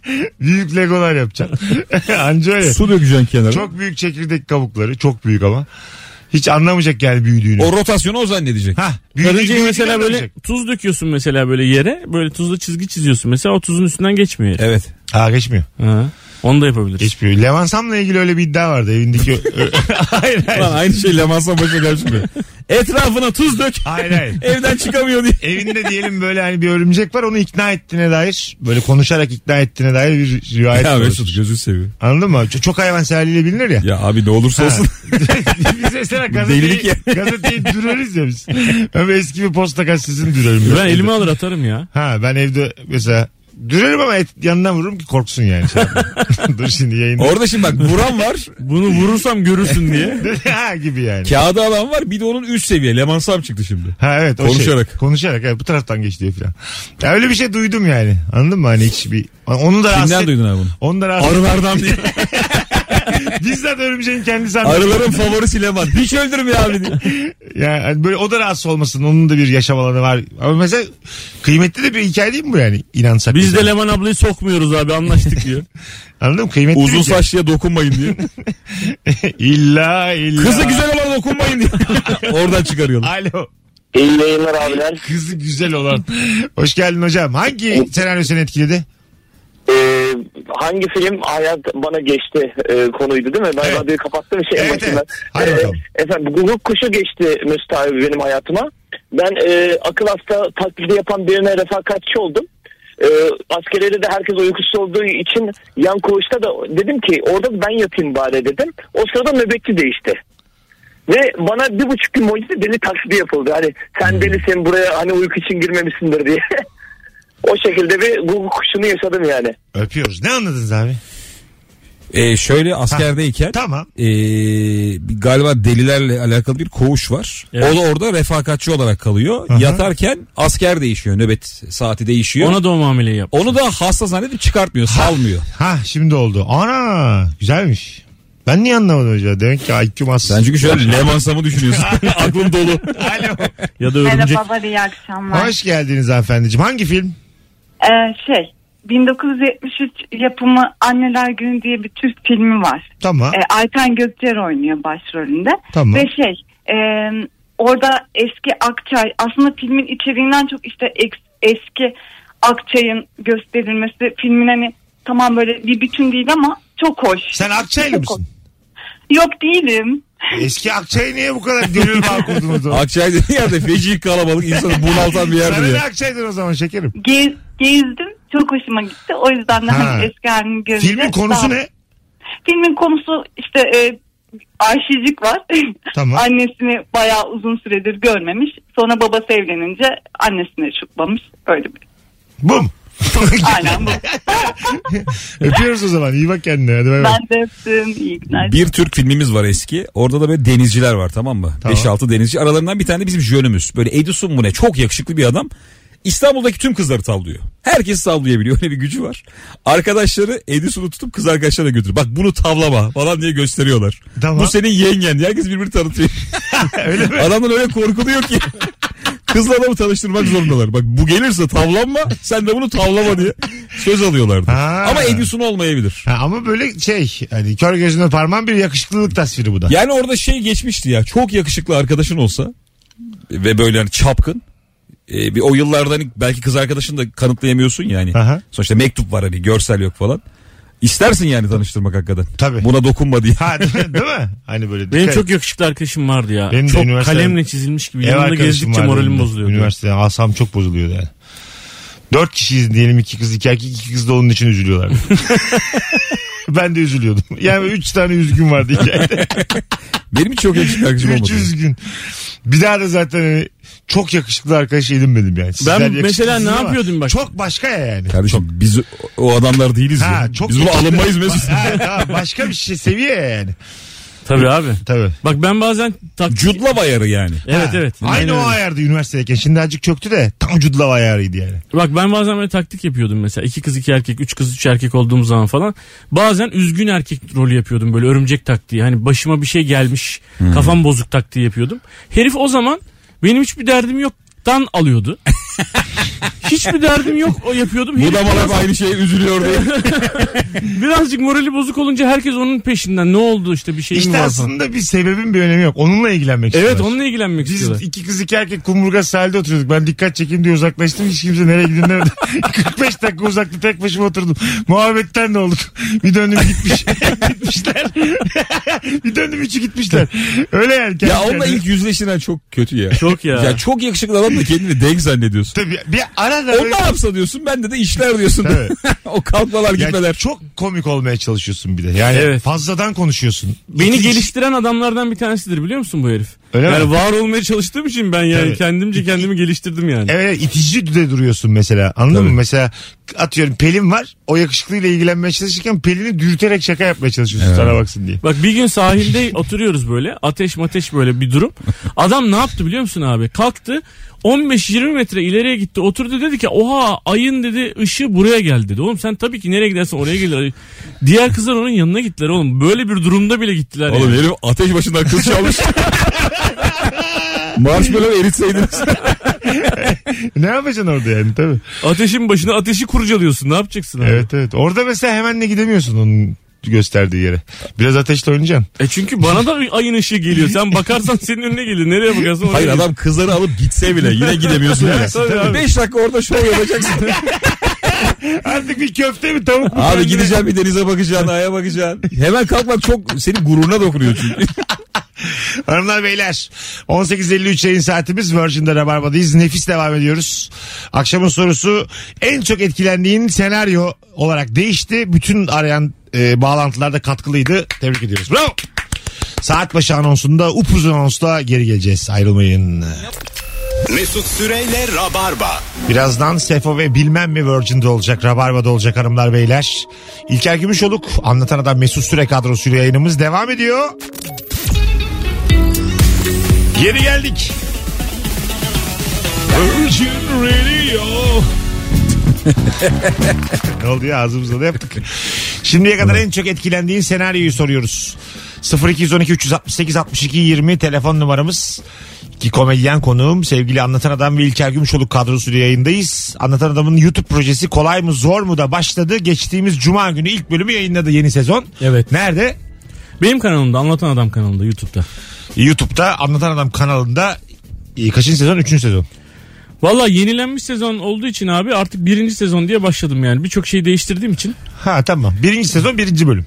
büyük legolar yapacaksın. Anca öyle.
Su dökeceksin kenara.
Çok büyük çekirdek kabukları. Çok büyük ama. Hiç anlamayacak yani büyüdüğünü.
O rotasyonu o zannedecek.
Hah, büyüdüğü-
Karıncayı
büyüdüğünü
mesela böyle
anlamayacak.
tuz döküyorsun
E-
mesela böyle yere. Böyle tuzla çizgi çiziyorsun. Mesela o tuzun üstünden geçmiyor. herif.
Evet.
Ha geçmiyor.
Ha. Onu da yapabiliriz.
Hiçbir. Levansam'la ilgili öyle bir iddia vardı evindeki. hayır
Lan
hayır.
aynı şey Lemansan başına gelmiş mi? Etrafına tuz dök.
Hayır hayır.
Evden çıkamıyor diye.
Evinde diyelim böyle hani bir örümcek var onu ikna ettiğine dair böyle konuşarak ikna ettiğine dair bir rivayet
Ya
var.
Mesut gözü seviyor.
Anladın mı? Çok, çok hayvanseverliğiyle bilinir ya.
Ya abi ne olursa olsun.
biz mesela
Delilik
gazeteyi,
ya.
gazeteyi düreriz ya biz. Ama eski bir posta gazetesini dürerim.
Ben elime alır atarım ya.
Ha ben evde mesela dürerim ama et, yanından vururum ki korksun yani. Şey yapma. Dur şimdi yayında.
Orada şimdi bak vuran var.
Bunu vurursam görürsün diye.
ha gibi yani.
Kağıda adam var bir de onun üst seviye. Lemansam çıktı şimdi.
Ha evet. o
Konuşarak.
Şey, konuşarak evet, bu taraftan geç diyor falan. Ya öyle bir şey duydum yani. Anladın mı hani hiç bir. Onu da rahatsız
Kimden
et-
duydun abi bunu?
Onu da rahatsız
Arılardan diye.
Bizzat örümceğin kendisi anladı.
Arıların favorisi Leman. Hiç öldürme abi diye.
Yani hani böyle o da rahatsız olmasın. Onun da bir yaşam alanı var. Ama mesela kıymetli de bir hikaye değil mi bu yani? İnansak.
Biz
mesela.
de Leman ablayı sokmuyoruz abi anlaştık diyor.
Anladın mı? Kıymetli
Uzun
bir hikaye.
saçlıya dokunmayın diye.
İlla illa.
Kızı güzel olan dokunmayın diye. Oradan çıkarıyorlar.
Alo.
İyi yayınlar abiler.
Kızı güzel olan. Hoş geldin hocam. Hangi senaryo seni etkiledi?
Ee, hangi film hayat bana geçti e, konuydu değil mi? Ben
Evet.
radyoyu kapattım şey
Evet,
en başında.
evet. Hadi bakalım.
efendim guguk kuşu geçti Mesut abi benim hayatıma. Ben e, akıl hasta taklidi yapan birine refakatçi oldum. E, askerleri de herkes uykusuz olduğu için yan koğuşta da dedim ki orada da ben yatayım bari dedim. O sırada nöbetçi değişti. Ve bana bir buçuk gün boyunca deli taklidi yapıldı. Hani
Hmm.
sen delisin buraya hani uyku için girmemişsindir diye. o şekilde bir guguk kuşunu yaşadım yani.
Öpüyoruz. Ne anladınız abi?
Ee, şöyle askerdeyken
Tamam.
ee, bir- galiba delilerle alakalı bir koğuş var.
Evet.
O da orada refakatçi olarak kalıyor.
Aha.
Yatarken asker değişiyor. Nöbet saati değişiyor.
Ona da o muameleyi yap.
Onu da hasta zannedip çıkartmıyor. Salmıyor.
Ha şimdi oldu. Ana güzelmiş. Ben niye anlamadım hocam? Demek ki IQ'm az.
Sen çünkü şöyle Lemansam'ı düşünüyorsun. Aklın dolu.
Alo.
Ya da örümcek.
Merhabalar iyi akşamlar.
Hoş geldiniz hanımefendiciğim. Hangi film?
Ee, şey 1973 yapımı Anneler Günü diye bir Türk filmi var.
Tamam.
E,
Ee, Ayten Gökçer oynuyor başrolünde.
Tamam.
Ve şey e, orada eski Akçay aslında filmin içeriğinden çok işte eks- eski Akçay'ın gösterilmesi filmin hani tamam böyle bir bütün değil ama çok hoş.
Sen Akçaylı
Çok
mısın?
hoş. Yok değilim.
Eski Akçay'ı niye bu kadar gönül bağ kurdunuz o?
Akçay dediği yerde feci kalabalık insanı bunaltan bir
Sana
yerdir
ne
ya.
Akçay'dır o zaman şekerim?
Gez, gezdim. Çok hoşuma gitti. O yüzden de
Ha.
hani eski halini görünce.
Filmin konusu
Tamam.
ne?
Filmin konusu işte e, Ayşecik var.
Tamam.
Annesini bayağı uzun süredir görmemiş. Sonra babası evlenince annesine şutlamış. Öyle bir.
Bu mu?
Aynen bu.
Öpüyoruz o zaman. İyi bak kendine. Hadi bay bay.
ben de öptüm. İyi günler.
Bir Türk filmimiz var eski. Orada da böyle denizciler var tamam mı?
Tamam.
5-6 denizci. Aralarından bir tane de bizim jönümüz. Böyle Edison bu ne? Çok yakışıklı bir adam. İstanbul'daki tüm kızları tavlıyor. Herkes tavlayabiliyor. Öyle bir gücü var. Arkadaşları Edison'u tutup kız arkadaşlarına götürüyor. Bak bunu tavlama falan diye gösteriyorlar.
Tamam.
Bu senin yengen diye. Herkes birbirini tanıtıyor.
Öyle mi?
Adamdan öyle korkuluyor ki. Kızla adamı tanıştırmak zorundalar. Bak bu gelirse tavlanma sen de bunu tavlama diye söz alıyorlardı.
Ha.
Ama Edison olmayabilir.
Ha, ama böyle şey hani kör gözüne parmağın bir yakışıklılık tasviri bu da.
Yani orada şey geçmişti ya çok yakışıklı arkadaşın olsa ve böyle hani çapkın. Ee, bir o yıllarda hani belki kız arkadaşını da kanıtlayamıyorsun yani.
Aha.
Sonuçta mektup var hani görsel yok falan. İstersin yani tanıştırmak hakikaten.
Tabii.
Buna dokunma diye.
Ha değil mi? Değil mi? Hani böyle
Benim
Şey-
dikkat-
çok yakışıklı arkadaşım vardı ya.
Benim de
çok
üniversiteden-
kalemle çizilmiş gibi.
Ev
Yanında
arkadaşım
gezdikçe
vardı
moralim
benim de.
bozuluyordu.
Üniversitede asam çok bozuluyordu yani. Dört kişiyiz diyelim iki kız iki erkek iki kız da onun için üzülüyorlar. ben de üzülüyordum. Yani üç tane üzgün vardı hikayede.
Benim hiç çok yakışıklı arkadaşım
üç
olmadı.
üzgün. Bir daha da zaten hani çok yakışıklı arkadaş edinmedim yani. Sizler
mesela
yakışıklısınız
ne
ama
yapıyordum bak?
Çok başka ya yani.
Kardeşim biz o- o adamlar değiliz
Ha,
ya.
çok
Biz bunu
yakışıklı-
alınmayız Mesut.
Ha, tamam, başka bir şey seviye ya yani.
Tabii abi.
Tabii.
Bak ben bazen tak...
Cudla bayarı yani.
Evet
Ha,
evet.
Aynı
Aynen
o
öyle.
ayardı üniversitedeyken. Şimdi azıcık çöktü de tam cudlava ayarıydı yani.
Bak ben bazen böyle taktik yapıyordum mesela. iki kız iki erkek, üç kız üç erkek olduğum zaman falan. Bazen üzgün erkek rolü yapıyordum böyle örümcek taktiği. Hani başıma bir şey gelmiş, kafam bozuk taktiği yapıyordum. Herif o zaman benim hiçbir derdim yoktan alıyordu. Hiçbir derdim yok o yapıyordum.
Bu
Herif
da
biraz-
bana aynı şeye üzülüyor diye.
Birazcık morali bozuk olunca herkes onun peşinden. Ne oldu işte bir şey mi
İşte
var falan.
aslında bir sebebin bir önemi yok. Onunla ilgilenmek
Evet
istiyorlar.
onunla ilgilenmek
Biz
istiyorlar.
iki kız iki erkek kumburga sahilde oturuyorduk. Ben dikkat çekeyim diye uzaklaştım. Hiç kimse nereye gidin demedi. 45 dakika uzakta tek başıma oturdum. Muhabbetten ne olduk? Bir döndüm gitmiş. gitmişler. bir döndüm üçü gitmişler. Öyle yani. kendi
Ya onunla
kendine.
ilk yüzleşilen çok kötü ya.
Çok ya.
Ya çok yakışıklı adam da kendini denk zannediyorsun.
Tabii bir ara da
O
böyle-
ne yapsa diyorsun bende de işler diyorsun.
Evet.
o kalkmalar
Yani
gitmeler.
çok komik olmaya çalışıyorsun bir de. Yani
Evet.
fazladan konuşuyorsun.
Beni
İki-
geliştiren adamlardan bir tanesidir biliyor musun bu herif?
Öyle
yani
mi?
var olmaya çalıştığım için ben yani
Tabii.
kendimce kendimi geliştirdim yani.
Evet itici de duruyorsun mesela anladın mı? Mesela atıyorum Pelin var o yakışıklıyla ilgilenmeye çalışırken Pelin'i dürterek şaka yapmaya çalışıyorsun sana baksın diye.
Bak bir gün sahilde oturuyoruz böyle ateş mateş böyle bir durum. Adam ne yaptı biliyor musun abi? Kalktı 15-20 metre ileriye gitti oturdu dedi ki oha ayın dedi ışığı buraya geldi dedi. Oğlum sen tabii ki nereye gidersen oraya gelir. ay." Diğer kızlar onun yanına gittiler oğlum. Böyle bir durumda bile gittiler
Oğlum
yani.
herif ateş başından kız çalmış. Marshmallow eritseydiniz.
Ne yapacaksın orada yani tabii.
Ateşin başına ateşi kurcalıyorsun ne yapacaksın abi?
Evet evet orada mesela hemen de gidemiyorsun onun gösterdiği yere. Biraz ateşle oynayacaksın.
E çünkü bana da ayın ışığı geliyor. Sen bakarsan senin önüne gelir. Nereye bakarsın oraya
Hayır
gelir.
adam kızları alıp gitse bile yine gidemiyorsun.
tabii abi.
5 dakika orada şov yapacaksın.
Artık bir köfte mi tavuk mu?
Abi
kendine-
gideceğim bir denize bakacaksın, aya bakacaksın. Hemen kalkmak çok senin gururuna dokunuyor çünkü.
Hanımlar beyler 18.53 yayın saatimiz Virgin'de Rabarba'dayız. Nefis devam ediyoruz. Akşamın sorusu en çok etkilendiğin senaryo olarak değişti. Bütün arayan e, bağlantılarda katkılıydı. Tebrik ediyoruz. Bravo. Saat başı anonsunda upuzun anonsla geri geleceğiz. Ayrılmayın.
Mesut Süreyle Rabarba.
Birazdan Sefo ve bilmem mi Virgin'de olacak. Rabarba'da olacak hanımlar beyler. İlker Gümüşoluk anlatan adam Mesut Süre kadrosuyla yayınımız devam ediyor. Geri geldik. Virgin Radio. ne oldu ya ağzımızda da yaptık. Şimdiye kadar en çok etkilendiğin senaryoyu soruyoruz. 0212 368 62 20 telefon numaramız. Ki komedyen konuğum sevgili Anlatan Adam ve İlker Gümüşoluk kadrosuyla yayındayız. Anlatan Adam'ın YouTube projesi Kolay mı Zor mu da başladı. Geçtiğimiz Cuma günü ilk bölümü yayınladı yeni sezon.
Evet.
Nerede?
Benim kanalımda Anlatan Adam kanalımda YouTube'da.
YouTube'da Anlatan Adam kanalında e, kaçıncı sezon? Üçüncü sezon.
Valla yenilenmiş sezon olduğu için abi artık birinci sezon diye başladım yani. Birçok şeyi değiştirdiğim için.
Ha tamam. Birinci sezon birinci bölüm.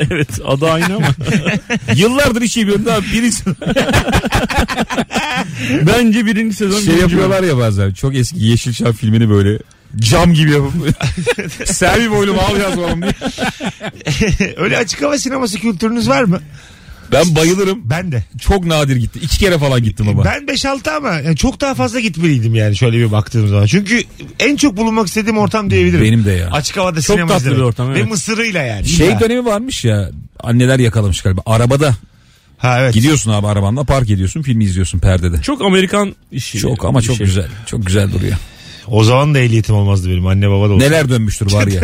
Evet adı aynı ama.
Yıllardır hiç yemiyorum daha birisi.
Bence birinci sezon
Şey
birinci
yapıyorlar ya bazen çok eski Yeşilçam filmini böyle cam gibi yapıp Selvi boylumu al yazmam diye.
Öyle açık hava sineması kültürünüz var mı?
Ben bayılırım.
Ben de.
Çok nadir gitti. İki kere falan gittim ama.
Ben 5-6 ama yani çok daha fazla gitmeliydim yani şöyle bir baktığım zaman. Çünkü en çok bulunmak istediğim ortam diyebilirim.
Benim de ya.
Açık havada
Çok
sinema
tatlı
izlemek.
bir ortam,
Ve
evet.
mısırıyla yani.
Şey
İlla.
dönemi varmış ya anneler yakalamış galiba. Arabada
Ha evet.
gidiyorsun abi arabanla park ediyorsun filmi izliyorsun perdede.
Çok Amerikan işi.
Çok ama
Bir
çok
şey.
güzel. Çok güzel duruyor.
O zaman da ehliyetim olmazdı benim. Anne baba da olsa.
Neler dönmüştür var ya.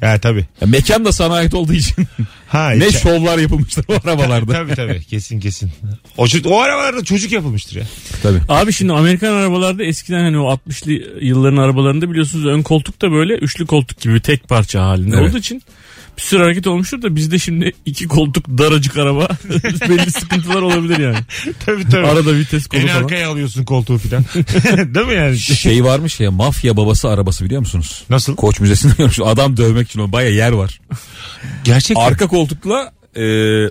Ha tabii.
ya mekan da sana ait olduğu için
Ha,
ne
işte.
şovlar yapılmıştır o arabalarda.
Tabii tabii kesin kesin. O, çocuk- o arabalarda çocuk yapılmıştır ya.
Tabii.
Abi şimdi Amerikan arabalarda eskiden hani o 60'lı yılların arabalarında biliyorsunuz ön koltuk da böyle üçlü koltuk gibi tek parça halinde
Evet.
olduğu için bir sürü hareket olmuştur da bizde şimdi iki koltuk daracık araba belli sıkıntılar olabilir yani.
Tabii tabii.
Arada vites kolu
en
falan.
arkaya alıyorsun koltuğu filan. Değil mi yani?
Şey varmış ya mafya babası arabası biliyor musunuz?
Nasıl?
Koç müzesinde görmüş. Adam dövmek için o baya yer var.
Gerçek.
Arka koltukla e,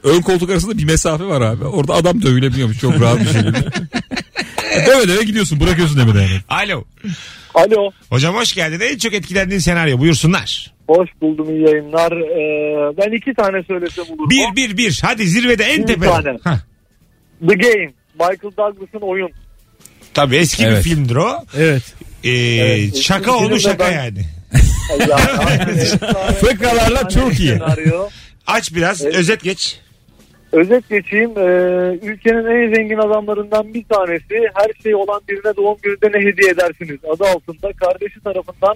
ön koltuk arasında bir mesafe var abi. Orada adam dövülebiliyormuş çok rahat bir şekilde. döve döve gidiyorsun bırakıyorsun evine yani.
Alo.
Alo.
Hocam hoş geldin. En çok etkilendiğin senaryo buyursunlar.
Hoş buldum iyi yayınlar. Ee, ben iki tane söylesem olur mu?
Bir bir bir. Hadi zirvede en
Bir
tepede.
tane.
Hah.
The Game. Michael Douglas'ın oyun.
Tabii eski bir
Evet.
filmdir o.
Evet.
Ee,
Evet.
Şaka
Filmde
onu şaka
ben-
yani.
Ay ya, aynen, efsane.
Fıkralarla
Efsane
Türkiye.
Hani senaryo.
Aç biraz
Evet.
özet geç.
Özet geçeyim. Ee, ülkenin en zengin adamlarından bir tanesi. Her şeyi olan birine doğum gününde ne hediye edersiniz? Adı altında kardeşi tarafından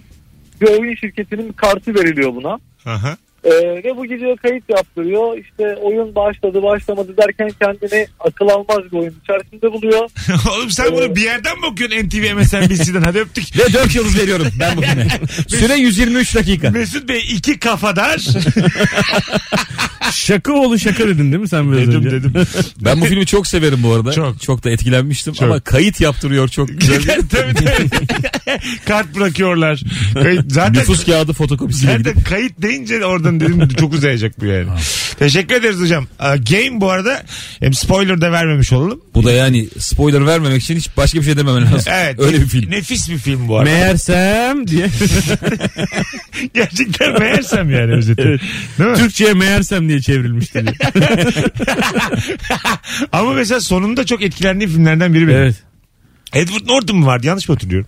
bir oyun şirketinin kartı veriliyor buna.
Aha.
Ee, ve bu gidiyor kayıt yaptırıyor. İşte oyun başladı başlamadı derken kendini akıl almaz bir oyun içerisinde buluyor.
Oğlum sen bunu bir yerden mi okuyorsun NTV MSNBC'den hadi öptük.
Ve 4 yıldız veriyorum ben bugüne. Süre 123 dakika.
Mesut Bey iki kafadar.
Şaka oğlu şaka dedin değil mi sen biraz
dedim
önce?
dedim.
Ben bu filmi çok severim bu arada.
Çok.
Çok. da etkilenmiştim ama kayıt yaptırıyor çok güzel.
tabii tabii. Kart bırakıyorlar. Kayıt, zaten
Nüfus kağıdı fotokopisiyle gidip.
Zaten kayıt deyince oradan dedim çok uzayacak bu yani. Teşekkür ederiz hocam. Ee, Game bu arada hem spoiler da vermemiş olalım.
Bu da yani spoiler vermemek için hiç başka bir şey dememen lazım.
Evet.
Öyle bir film.
Nefis bir film bu arada.
Meğersem diye.
Gerçekten meğersem yani özeti. Değil mi?
Türkçe'ye meğersem diye çevrilmişti. diye.
Ama mesela sonunda çok etkilendiğim filmlerden biri benim.
evet.
Edward Norton mu vardı? Yanlış mı hatırlıyorum?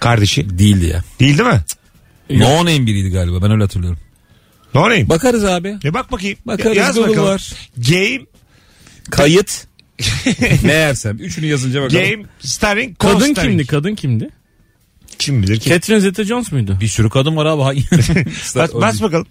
Kardeşi.
Değildi ya.
Değil değil mi?
No Name biriydi galiba ben öyle hatırlıyorum.
Ne olayım?
Bakarız abi.
Ya bak bakayım.
Bakarız
Yaz
Google
bakalım.
var.
Game,
Kayıt. Meğersem. Üçünü yazınca bakalım.
game, starring,
Kadın
co-starring.
kimdi? Kadın kimdi?
Kim bilir kim?
Catherine Zeta-Jones muydu?
Bir sürü kadın var abi.
Bas, bas bakalım.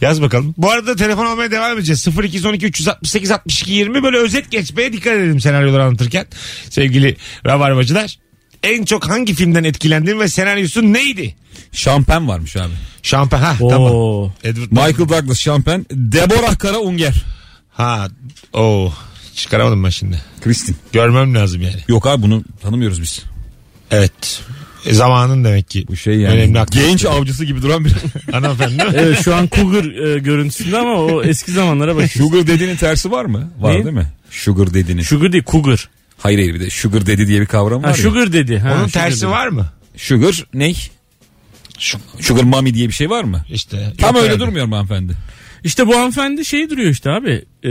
Yaz bakalım. Bu arada telefon almaya devam edeceğiz. 0212 368 62 20 böyle özet geçmeye dikkat edelim senaryoları anlatırken. Sevgili Rabarbacılar. En çok hangi filmden etkilendin ve senaryosu neydi?
Şampen varmış abi.
Şampiyon. Ha
Oo.
tamam. Edward
Michael Douglas şampen. Deborah Kara Unger.
Ha. Oo. Çıkaramadım ben şimdi.
Kristin.
Görmem lazım yani.
Yok abi bunu tanımıyoruz biz.
Evet. E, zamanın demek ki.
Bu şey yani.
Önemli haklı.
genç avcısı gibi duran bir.
Hanımefendi değil mi?
Evet şu an Cougar e, görüntüsünde ama o eski zamanlara bakıyoruz.
Sugar Daddy'nin tersi var mı? Var
Neyin?
değil mi? Sugar Daddy'nin.
Sugar değil Cougar.
Hayır hayır bir de Sugar Daddy diye bir kavram var
Ha,
ya. Sugar,
sugar dedi. Ha,
Onun
şey
sugar
tersi
dedi.
var mı?
ney? Sugar Mami diye bir şey var mı?
İşte.
Tam
Yok
öyle
herhalde.
durmuyor mu hanımefendi?
İşte bu hanımefendi şey duruyor işte abi. E,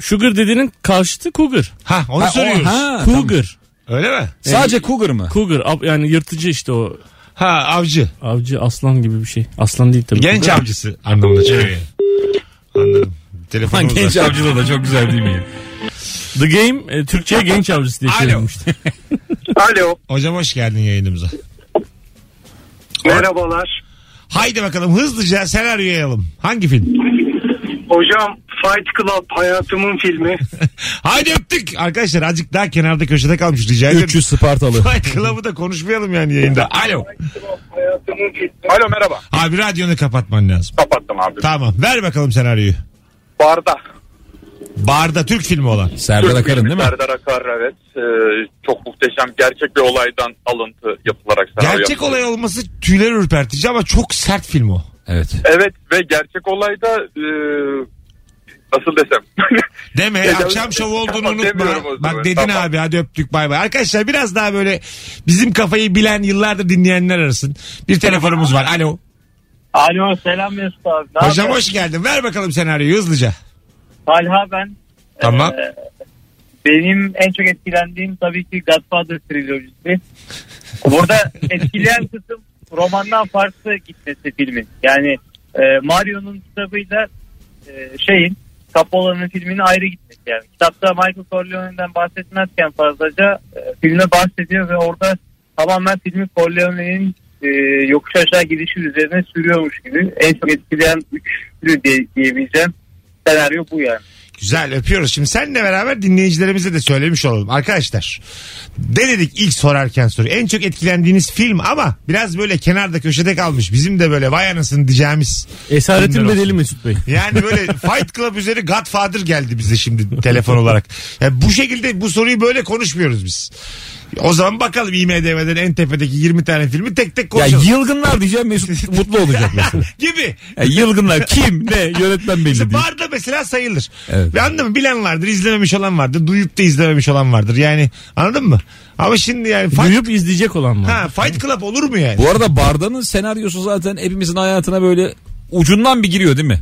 sugar dedinin karşıtı Cougar.
Ha onu
Ha, o-
soruyoruz.
ha, tamam.
Cougar.
Öyle mi?
Sadece Cougar mı?
Cougar. Ab- yani yırtıcı işte o.
Ha avcı.
Avcı aslan gibi bir şey. Aslan değil tabii.
Genç
Cougar.
avcısı anlamında çeviriyor. Anladım.
Ha,
Telefonumuz
genç
var.
avcı da da çok güzel değil mi? ya?
The Game e, Türkçe'ye genç avcısı diye
Alo.
çevrilmişti.
Alo.
Hocam hoş geldin yayınımıza.
Merhabalar.
Haydi bakalım hızlıca senaryo yayalım. Hangi film?
Hocam Fight Club hayatımın filmi.
Haydi öptük. Arkadaşlar azıcık daha kenarda köşede kalmış rica ederim.
Üçü Spartalı.
Fight Club'ı da konuşmayalım yani yayında. Alo.
hayatımın filmi. Alo merhaba.
Abi radyonu kapatman lazım.
Kapattım abi.
Tamam ver bakalım senaryoyu.
Barda.
Barda Türk filmi olan.
Serdar Akar'ın değil mi?
Serdar Akar evet. Ee, çok muhteşem gerçek bir olaydan alıntı yapılarak senaryo
Gerçek
yapıldı.
olay olması tüyler ürpertici ama çok sert film o.
Evet.
Evet ve gerçek olayda e, nasıl desem.
Deme
Ya,
akşam
ya,
şovu olduğunu
tamam,
unutma.
demiyorum o zaman.
Bak dedin
Tamam.
abi hadi öptük bay bay. Arkadaşlar biraz daha böyle bizim kafayı bilen yıllardır dinleyenler arasın. Bir telefonumuz var. Alo.
Alo selam Mesut abi. Ne
Hocam hoş geldin. Ver bakalım senaryoyu hızlıca.
Talha ben.
Tamam.
Ee, benim en çok etkilendiğim tabii ki Godfather trilojisi. Burada etkileyen kısım romandan farklı gitmesi filmin. Yani e, Mario'nun kitabıyla e, şeyin Capola'nın filminin ayrı gitmesi yani. Kitapta Michael Corleone'den bahsetmezken fazlaca e, filme bahsediyor ve orada tamamen filmi Corleone'nin e, yokuş aşağı gidişi üzerine sürüyormuş gibi. En çok etkileyen üçlü diye, diyebileceğim senaryo bu yani.
Güzel öpüyoruz. Şimdi seninle beraber dinleyicilerimize de söylemiş olalım. Arkadaşlar ne dedik ilk sorarken soru. En çok etkilendiğiniz film ama biraz böyle kenarda köşede kalmış. Bizim de böyle vay anasını diyeceğimiz.
Esaretin
Filmler
bedeli
olsun.
Mesut Bey.
Yani böyle Fight Club üzeri Godfather geldi bize şimdi telefon olarak. Yani bu şekilde bu soruyu böyle konuşmuyoruz biz. O zaman bakalım IMDB'den en tepedeki 20 tane filmi tek tek
Ya
konuşalım.
yılgınlar diyeceğim Mesut mutlu olacak mesela.
gibi.
Ya yılgınlar kim ne yönetmen belli
İşte
değil.
barda mesela sayılır.
Evet.
Ve anladın mı? Bilen vardır, izlememiş olan vardır. Duyup da izlememiş olan vardır. Yani anladın mı? Ama şimdi yani Fight,
Duyup izleyecek olan var.
ha, fight Club olur mu yani?
Bu arada Barda'nın senaryosu zaten hepimizin hayatına böyle ucundan bir giriyor değil mi?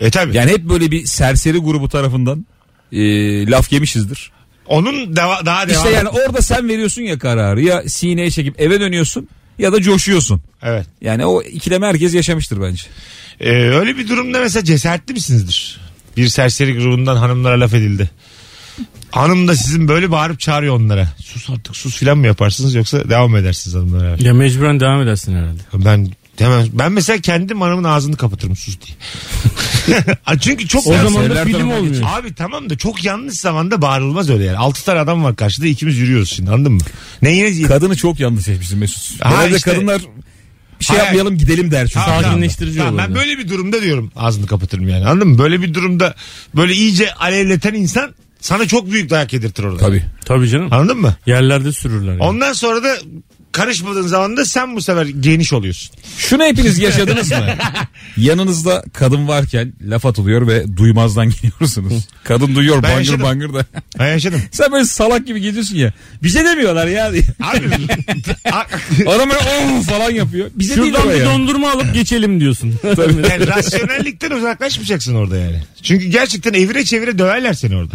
E tabi.
Yani hep böyle bir serseri grubu tarafından e, laf yemişizdir.
Onun deva- daha devam.
İşte yani orada sen veriyorsun ya kararı ya sineye çekip eve dönüyorsun ya da coşuyorsun.
Evet.
Yani o ikileme herkes yaşamıştır bence.
Ee, öyle bir durumda mesela cesaretli misinizdir? Bir serseri grubundan hanımlara laf edildi. Hanım da sizin böyle bağırıp çağırıyor onlara. Sus artık sus filan mı yaparsınız yoksa devam mı edersiniz hanımlara?
Ya mecburen devam edersin herhalde.
Ben Hemen. Ben mesela kendim hanımın ağzını kapatırım sus diye. Ha, Çünkü çok
O zaman da film olmuyor.
Abi tamam da çok yanlış zamanda bağırılmaz öyle yani. Altı tane adam var karşıda ikimiz yürüyoruz şimdi anladın mı? Ne yine
Kadını çok yanlış seçmişsin Mesut.
Ha
Genelde
işte.
kadınlar bir şey
Hayır.
yapmayalım gidelim der çünkü.
Tamam,
Sakinleştirici
tamam.
olur
Ben
yani.
böyle bir durumda diyorum ağzını kapatırım yani anladın mı? Böyle bir durumda böyle iyice alevleten insan sana çok büyük dayak yedirtir orada.
Tabii.
Tabii canım.
Anladın mı?
Yerlerde sürürler. yani.
Ondan sonra da karışmadığın zaman da sen bu sefer geniş oluyorsun.
Şunu hepiniz yaşadınız mı? Yanınızda kadın varken laf atılıyor ve duymazdan geliyorsunuz. Kadın duyuyor bangır
yaşadım.
bangır da.
Ben yaşadım.
Sen böyle salak gibi geziyorsun ya. Bize demiyorlar ya. diye.
Abi
Adam böyle "Oh!" falan yapıyor. Bize
Şuradan
değil
bir
o ya.
dondurma alıp geçelim diyorsun.
yani rasyonellikten uzaklaşmayacaksın orada yani. Çünkü gerçekten evire çevire döverler seni orada.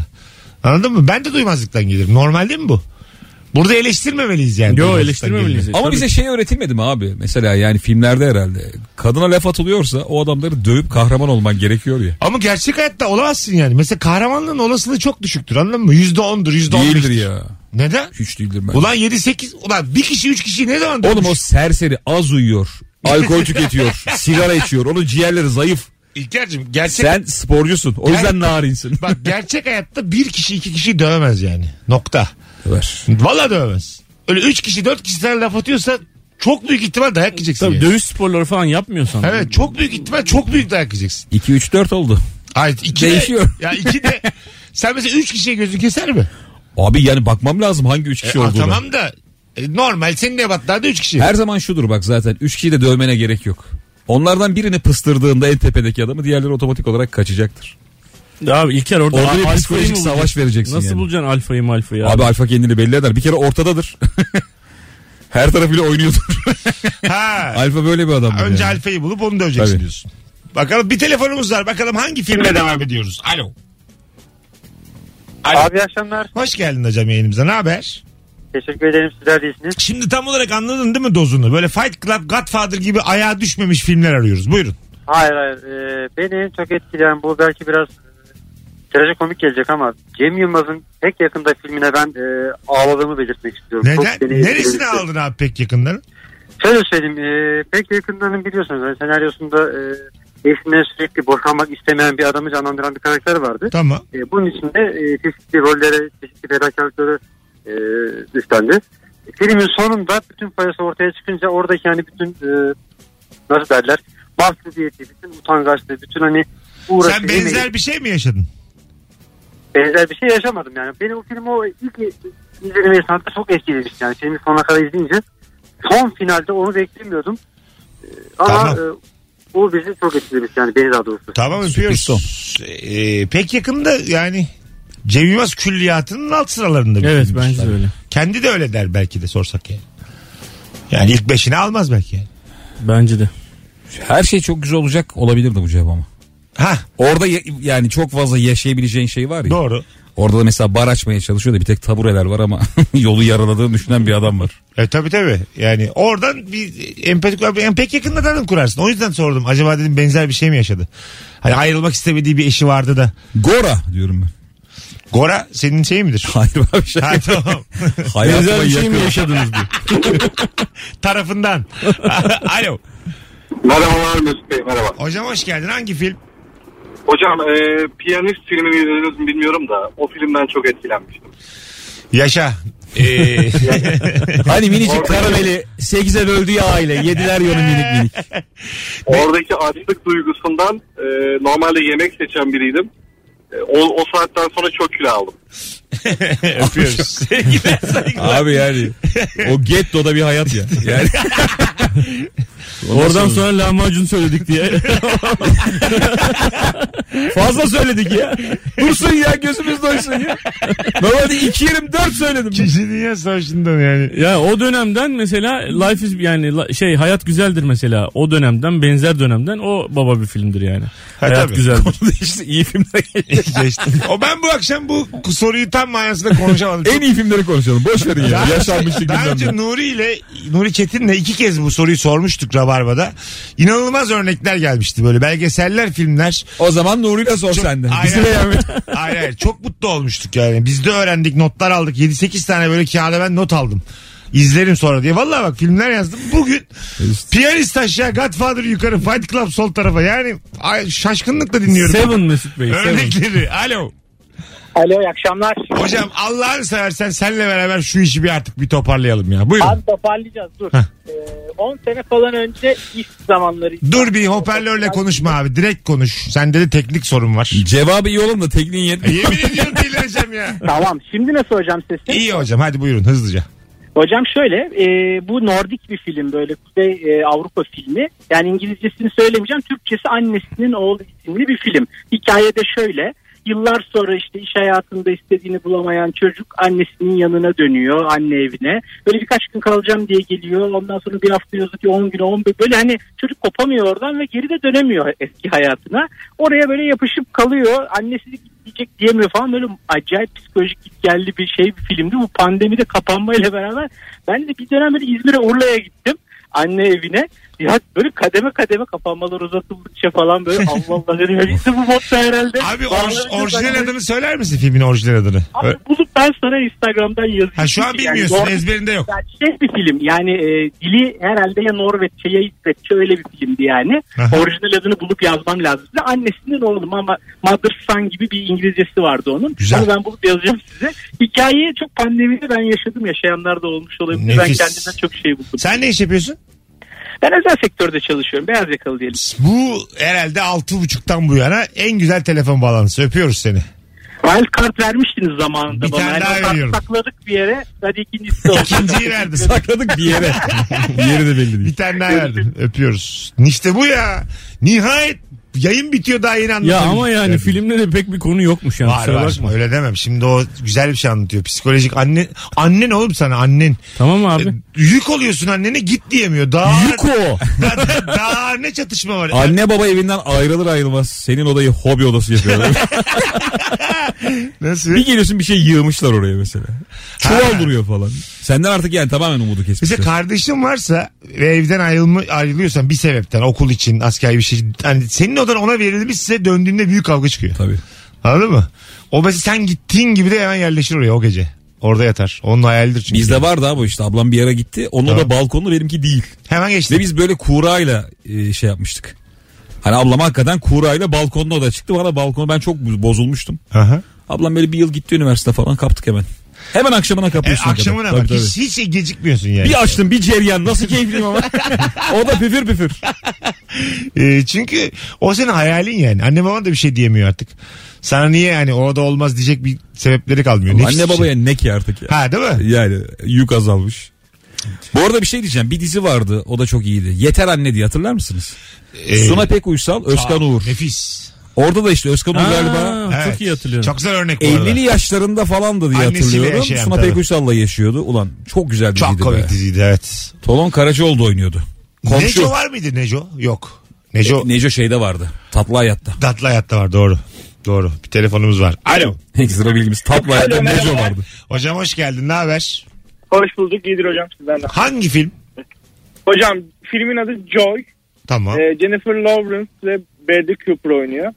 Anladın mı? Ben de duymazlıktan gelirim. Normal değil mi bu? Burada eleştirmemeliyiz yani.
Yo
duymazlıktan
eleştirmemeliyiz.
geleni.
Ama
Tabii.
bize şey öğretilmedi mi abi? Mesela yani filmlerde herhalde. Kadına laf atılıyorsa o adamları dövüp kahraman olman gerekiyor ya.
Ama gerçek hayatta olamazsın yani. Mesela kahramanlığın olasılığı çok düşüktür anladın mı? Yüzde ondur, yüzde on
Değildir ya.
Neden?
Hiç değildir ben.
Ulan yedi sekiz, ulan bir kişi üç kişi ne zaman
Oğlum o
dövmüş?
serseri az uyuyor. Alkol tüketiyor. sigara içiyor. Onun ciğerleri zayıf.
İlker'cim gerçek...
Sen sporcusun. O yüzden narinsin.
Bak gerçek hayatta bir kişi iki kişi dövemez yani. Nokta.
Ver.
Valla dövemez. Öyle üç kişi dört kişi sana laf atıyorsa çok büyük ihtimal dayak yiyeceksin.
Tabii
yani.
dövüş sporları falan yapmıyorsan.
Evet çok büyük ihtimal çok büyük dayak yiyeceksin.
2 3 4 oldu.
Hayır iki
Değişiyor.
De, ya iki de sen mesela üç kişiye gözün keser mi?
Abi yani bakmam lazım hangi 3
E,
kişi
aa,
olduğunu.
tamam da e, normal senin ebatlarda üç kişi.
Her zaman şudur bak zaten 3 kişiyi de dövmene gerek yok. Onlardan birini pıstırdığında en tepedeki adamı diğerleri otomatik olarak kaçacaktır.
Abi İlker orada,
Orada bir
alfayı
psikolojik
mı bulacaksın?
savaş vereceksin
Nasıl
yani.
bulacaksın alfayı malfayı abi?
Abi alfa kendini belli eder. Bir kere ortadadır. Her tarafıyla oynuyordur.
Ha.
alfa böyle bir adam.
Önce alfayı bulup onu döveceksin
Tabii.
diyorsun. Bakalım bir telefonumuz var. Bakalım hangi filmle devam ediyoruz. Alo. Alo.
Abi iyi akşamlar.
Hoş geldin hocam yayınımıza. Ne haber?
Teşekkür ederim sizler değilsiniz.
Şimdi tam olarak anladın değil mi dozunu? Böyle Fight Club, Godfather gibi ayağa düşmemiş filmler arıyoruz. Buyurun.
Hayır hayır. Ee, beni en çok etkileyen bu belki biraz e, trajikomik gelecek ama Cem Yılmaz'ın pek yakında filmine ben e, ağladığımı belirtmek istiyorum. Çok
Neden?
beni
Neresini
etkilemişti.
aldın abi pek yakından?
Şöyle söyleyeyim. E, pek yakındanın biliyorsunuz. hani senaryosunda e, eşinden sürekli boşanmak istemeyen bir adamı canlandıran bir karakter vardı.
Tamam.
E, bunun içinde e, çeşitli rollere, çeşitli fedakarlıklara e, üstlendi. Filmin sonunda bütün parası ortaya çıkınca oradaki hani bütün e, nasıl derler mahcubiyeti, bütün utangaçlığı, bütün hani uğraşı,
Sen benzer
emeği-
bir şey mi yaşadın?
benzer bir şey yaşamadım yani. Benim o film o ilk izlediğim esnada çok etkilemişti yani. Filmin sonuna kadar izleyince son finalde onu beklemiyordum. E, ama
Tamam.
e, o bizi çok etkilemiş yani beni daha doğrusu.
Tamam öpüyoruz. Ee, pek yakında yani Cem Yılmaz külliyatının alt sıralarında. bir
Evet
filmmiş.
bence de öyle.
Kendi de öyle der belki de sorsak yani. Yani ilk beşini almaz belki. Yani.
Bence de.
Her şey çok güzel olacak olabilirdi bu cevap ama.
Ha
Orada ya- yani çok fazla yaşayabileceğin şey var ya.
doğru.
Orada da mesela bar açmaya çalışıyor da bir tek tabureler var ama yolu yaraladığını düşünen bir adam var.
E tabi tabi. Yani oradan bir empatik yani pek yakında tanım kurarsın. O yüzden sordum. Acaba dedim benzer bir şey mi yaşadı? Hani ayrılmak istemediği bir eşi vardı da.
Gora diyorum ben.
Gora senin şey midir?
Hayır abi şey.
ha tamam.
Hayatıma
şey
yakın.
yaşadınız diye.
Tarafından. Alo.
Merhabalar Mesut Bey merhaba.
Hocam hoş geldin. Hangi film?
Hocam e, piyanist filmini izlediniz mi bilmiyorum da o filmden çok etkilenmiştim.
Yaşa. Ee,
Hani minicik karameli 8'e böldüğü aile yediler yolu minik minik.
Oradaki açlık duygusundan e, normalde yemek seçen biriydim. E, o, o saatten sonra çok kilo aldım.
öpüyoruz. Sevgiler saygılar.
Abi yani o gettoda bir hayat ya. Yani
Oradan sonra lahmacun söyledik diye.
fazla söyledik ya. Dursun ya gözümüz doysun ya. Normalde 2 yerim 4 söyledim.
İkinci Dünya Savaşı'ndan yani.
ya o dönemden mesela Life is yani la- şey hayat güzeldir mesela. O dönemden benzer dönemden o baba bir filmdir yani. hayat
tabii.
güzeldir.
işte iyi filmler.
Geçtim. O ben bu akşam bu soruyu tam manasında konuşamadım.
en iyi filmleri konuşalım. Boş verin ya. Yaşanmışlık
Daha önce
gündemde.
Nuri ile Nuri Çetin'le iki kez bu soruyu sormuştuk Rabarba'da. İnanılmaz örnekler gelmişti böyle belgeseller, filmler.
O zaman Nuri'yle sor
Çok-
sen de.
Aynen.
Bizi beğenme.
Hayır hayır çok mutlu olmuştuk yani. Biz de öğrendik notlar aldık. 7-8 tane böyle kağıda ben not aldım. İzlerim sonra diye. Vallahi bak filmler yazdım. Bugün Piyanist aşağı Godfather yukarı Fight Club sol tarafa. Yani ay, şaşkınlıkla dinliyorum.
Seven Mesut Bey. Seven.
Örnekleri. Alo.
Alo iyi akşamlar.
Hocam Allah'ını seversen senle beraber şu işi bir artık bir toparlayalım ya. Buyurun.
Abi toparlayacağız dur.
Heh.
Ee, 10 sene falan önce iş zamanları.
Dur bir hoparlörle konuşma abi. Direkt konuş. Sende de teknik sorun var.
Cevabı iyi oğlum da tekniğin yetmiyor.
Yemin ediyorum delireceğim ya.
Tamam şimdi nasıl hocam sesim?
İyi hocam hadi buyurun hızlıca.
Hocam şöyle e, bu Nordik bir film böyle Kuzey e, Avrupa filmi. Yani İngilizcesini söylemeyeceğim. Türkçesi Annesinin Oğlu isimli bir film. Hikayede şöyle yıllar sonra işte iş hayatında istediğini bulamayan çocuk annesinin yanına dönüyor anne evine. Böyle birkaç gün kalacağım diye geliyor. Ondan sonra bir hafta yazık ki 10 güne 15 böyle hani çocuk kopamıyor oradan ve geri de dönemiyor eski hayatına. Oraya böyle yapışıp kalıyor. Annesi gidecek diyemiyor falan böyle acayip psikolojik gitgelli bir şey bir filmdi. Bu pandemide kapanmayla beraber ben de bir dönem böyle İzmir'e Urla'ya gittim anne evine. Ya böyle kademe kademe kapanmalar uzatıldıkça falan böyle Allah Allah dedim. Ya işte bu modda herhalde.
Abi
Vallahi
orj- orijinal
zaten-
adını söyler misin filmin orijinal adını?
Abi bulup ben sana Instagram'dan yazayım.
Ha, şu an
Yani
bilmiyorsun
Nor-
ezberinde yok.
yani şey bir film yani e, dili herhalde ya Norveççe ya İsveççe öyle bir filmdi yani.
Aha.
Orijinal adını bulup yazmam lazım. Size annesinin oğlum ama Mother Son gibi bir İngilizcesi vardı onun.
Güzel.
Onu ben bulup yazacağım size. Hikayeyi çok pandemide ben yaşadım yaşayanlar da olmuş olabilir. Ben
Nefis.
kendimden çok şey buldum.
Sen ne iş yapıyorsun?
Ben özel sektörde çalışıyorum beyaz yakalı diyelim.
Bu herhalde altı buçuktan bu yana en güzel telefon bağlantısı. Öpüyoruz seni.
Wildcard vermiştiniz zamanında
Bir
bana.
tane daha
Yani sak-
veriyorum.
Sakladık bir yere. Hadi ikincisi de oldu.
İkinciyi verdim.
Sakladık bir yere. bir yeri de belli değil.
Bir tane daha verdim. Öpüyoruz. İşte bu ya. Nihayet yayın bitiyor daha yeni
Ya
anlatabildim.
ama yani filmde de pek bir konu yokmuş yani.
Var
kusura
var.
bakma.
Öyle demem. Şimdi o güzel bir şey anlatıyor. Psikolojik anne. Annen oğlum sana annen.
Tamam abi.
E, Yük oluyorsun annene git diyemiyor. Daha,
Yuko.
daha, daha ne çatışma var.
Anne baba evinden ayrılır ayrılmaz senin odayı hobi odası yapıyorlar.
E, Nasıl?
bir geliyorsun bir şey yığmışlar oraya mesela. Çuval duruyor falan. Senden artık yani tamamen umudu kesmişler.
Mesela kardeşin varsa ve evden ayrılma, ayrılıyorsan bir sebepten okul için asker bir şey. Hani senin odan ona verilmişse döndüğünde büyük kavga çıkıyor.
Tabii.
Anladın mı? O mesela sen gittiğin gibi de hemen yerleşir oraya o gece. Orada yatar. Onun hayalidir çünkü.
Bizde vardı abi işte ablam bir yere gitti. Onun
Tamam.
da balkonlu benimki değil.
Hemen geçti.
Ve biz böyle kuğrayla e, şey yapmıştık. Hani ablam hakikaten kuğrayla balkonda oda çıktı. Bana balkonu ben çok bozulmuştum.
Aha. E,
Ablam böyle bir yıl gitti üniversite falan kaptık hemen. Hemen akşamına
E,
kapıyorsun.
akşamına bak. Hiç, hiç gecikmiyorsun yani.
Bir açtım bir ceryan nasıl keyifliyim ama. o da püfür püfür.
E, çünkü o senin hayalin yani. Anne baban da bir şey diyemiyor artık. Sana niye yani orada olmaz diyecek bir sebepleri kalmıyor. Nefis
Anne Ee,
bir şey.
babaya ne ki artık ya.
Ha değil mi?
Yani yük azalmış. Bu arada bir şey diyeceğim. Bir dizi vardı. O da çok iyiydi. Yeter Anne diye hatırlar mısınız?
Ee,
Suna Pek Uysal, Özkan Uğur.
Nefis.
Orada da işte Özkan Uğur
Aa,
galiba
Evet.
Çok iyi hatırlıyorum.
Çok güzel örnek bu arada.
50'li yaşlarında falan da diye
Annesiyle
hatırlıyorum.
yaşayan
Suna
tabii.
Pek Uysal'la yaşıyordu. Ulan çok güzel diziydi
Çok
be.
komik diziydi evet.
Tolon Karacaoğlu da oynuyordu. Komşu.
Neco var mıydı Neco? Yok. Neco
Neco, şeyde vardı. Tatlı Hayat'ta.
tatlı hayatta var doğru. Doğru. Bir telefonumuz var. Alo.
Ekstra bilgimiz. Tatlı Hayat'ta Neco vardı.
Hocam hoş geldin. Ne haber?
Hoş bulduk. İyidir hocam sizden de.
Hangi film?
Hocam filmin adı Joy.
Tamam.
Ee, Jennifer Lawrence ve Bradley Cooper oynuyor.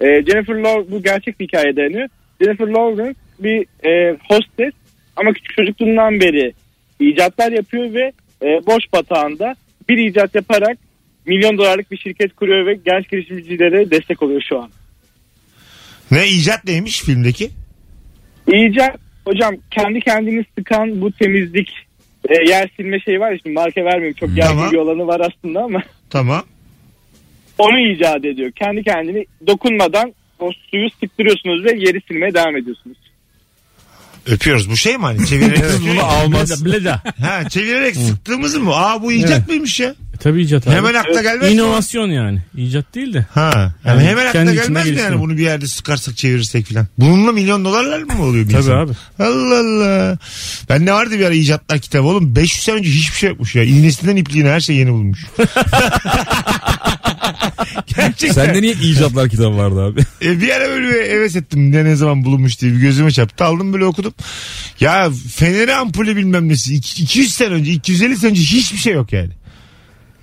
Ee, Jennifer Lawrence bu gerçek bir hikaye dayanıyor. Jennifer Lawrence bir e, hostes ama küçük çocukluğundan beri icatlar yapıyor ve e, boş batağında bir icat yaparak milyon dolarlık bir şirket kuruyor ve genç girişimcilere destek oluyor şu an.
Ne icat neymiş filmdeki?
İyice hocam kendi kendini sıkan bu temizlik e, yer silme şeyi var ya şimdi marka vermeyeyim çok yaygın
Tamam.
bir olanı var aslında ama
Tamam.
onu icat ediyor. Kendi kendini dokunmadan o suyu sıktırıyorsunuz ve yeri silmeye devam ediyorsunuz.
Öpüyoruz. Bu şey mi hani? Çevirerek
Bunu almaz.
Bleda.
Ha, çevirerek sıktığımız mı? Aa bu icat mıymış ya?
Tabii icat abi.
Hemen akla gelmez. mi?
İnovasyon yani. İcat değil de.
Ha. Yani
Yani
hemen akla
kendi içinde
gelmez mi yani
geliştirme.
bunu bir yerde sıkarsak çevirirsek filan. Bununla milyon dolarlar mı oluyor bir
Tabii
insan?
abi.
Allah Allah. Ben ne vardı bir ara icatlar kitabı oğlum 500 sene önce hiçbir şey yokmuş ya. İğnesinden ipliğine her şey yeni bulmuş. Gerçekten.
Sende niye icatlar kitabı vardı abi?
E, bir ara böyle bir heves ettim ne, ne zaman bulunmuş diye bir gözüme çarptı. Aldım böyle okudum. Ya feneri ampulü bilmem nesi İki- 200 sene önce 250 sene önce hiçbir şey yok yani.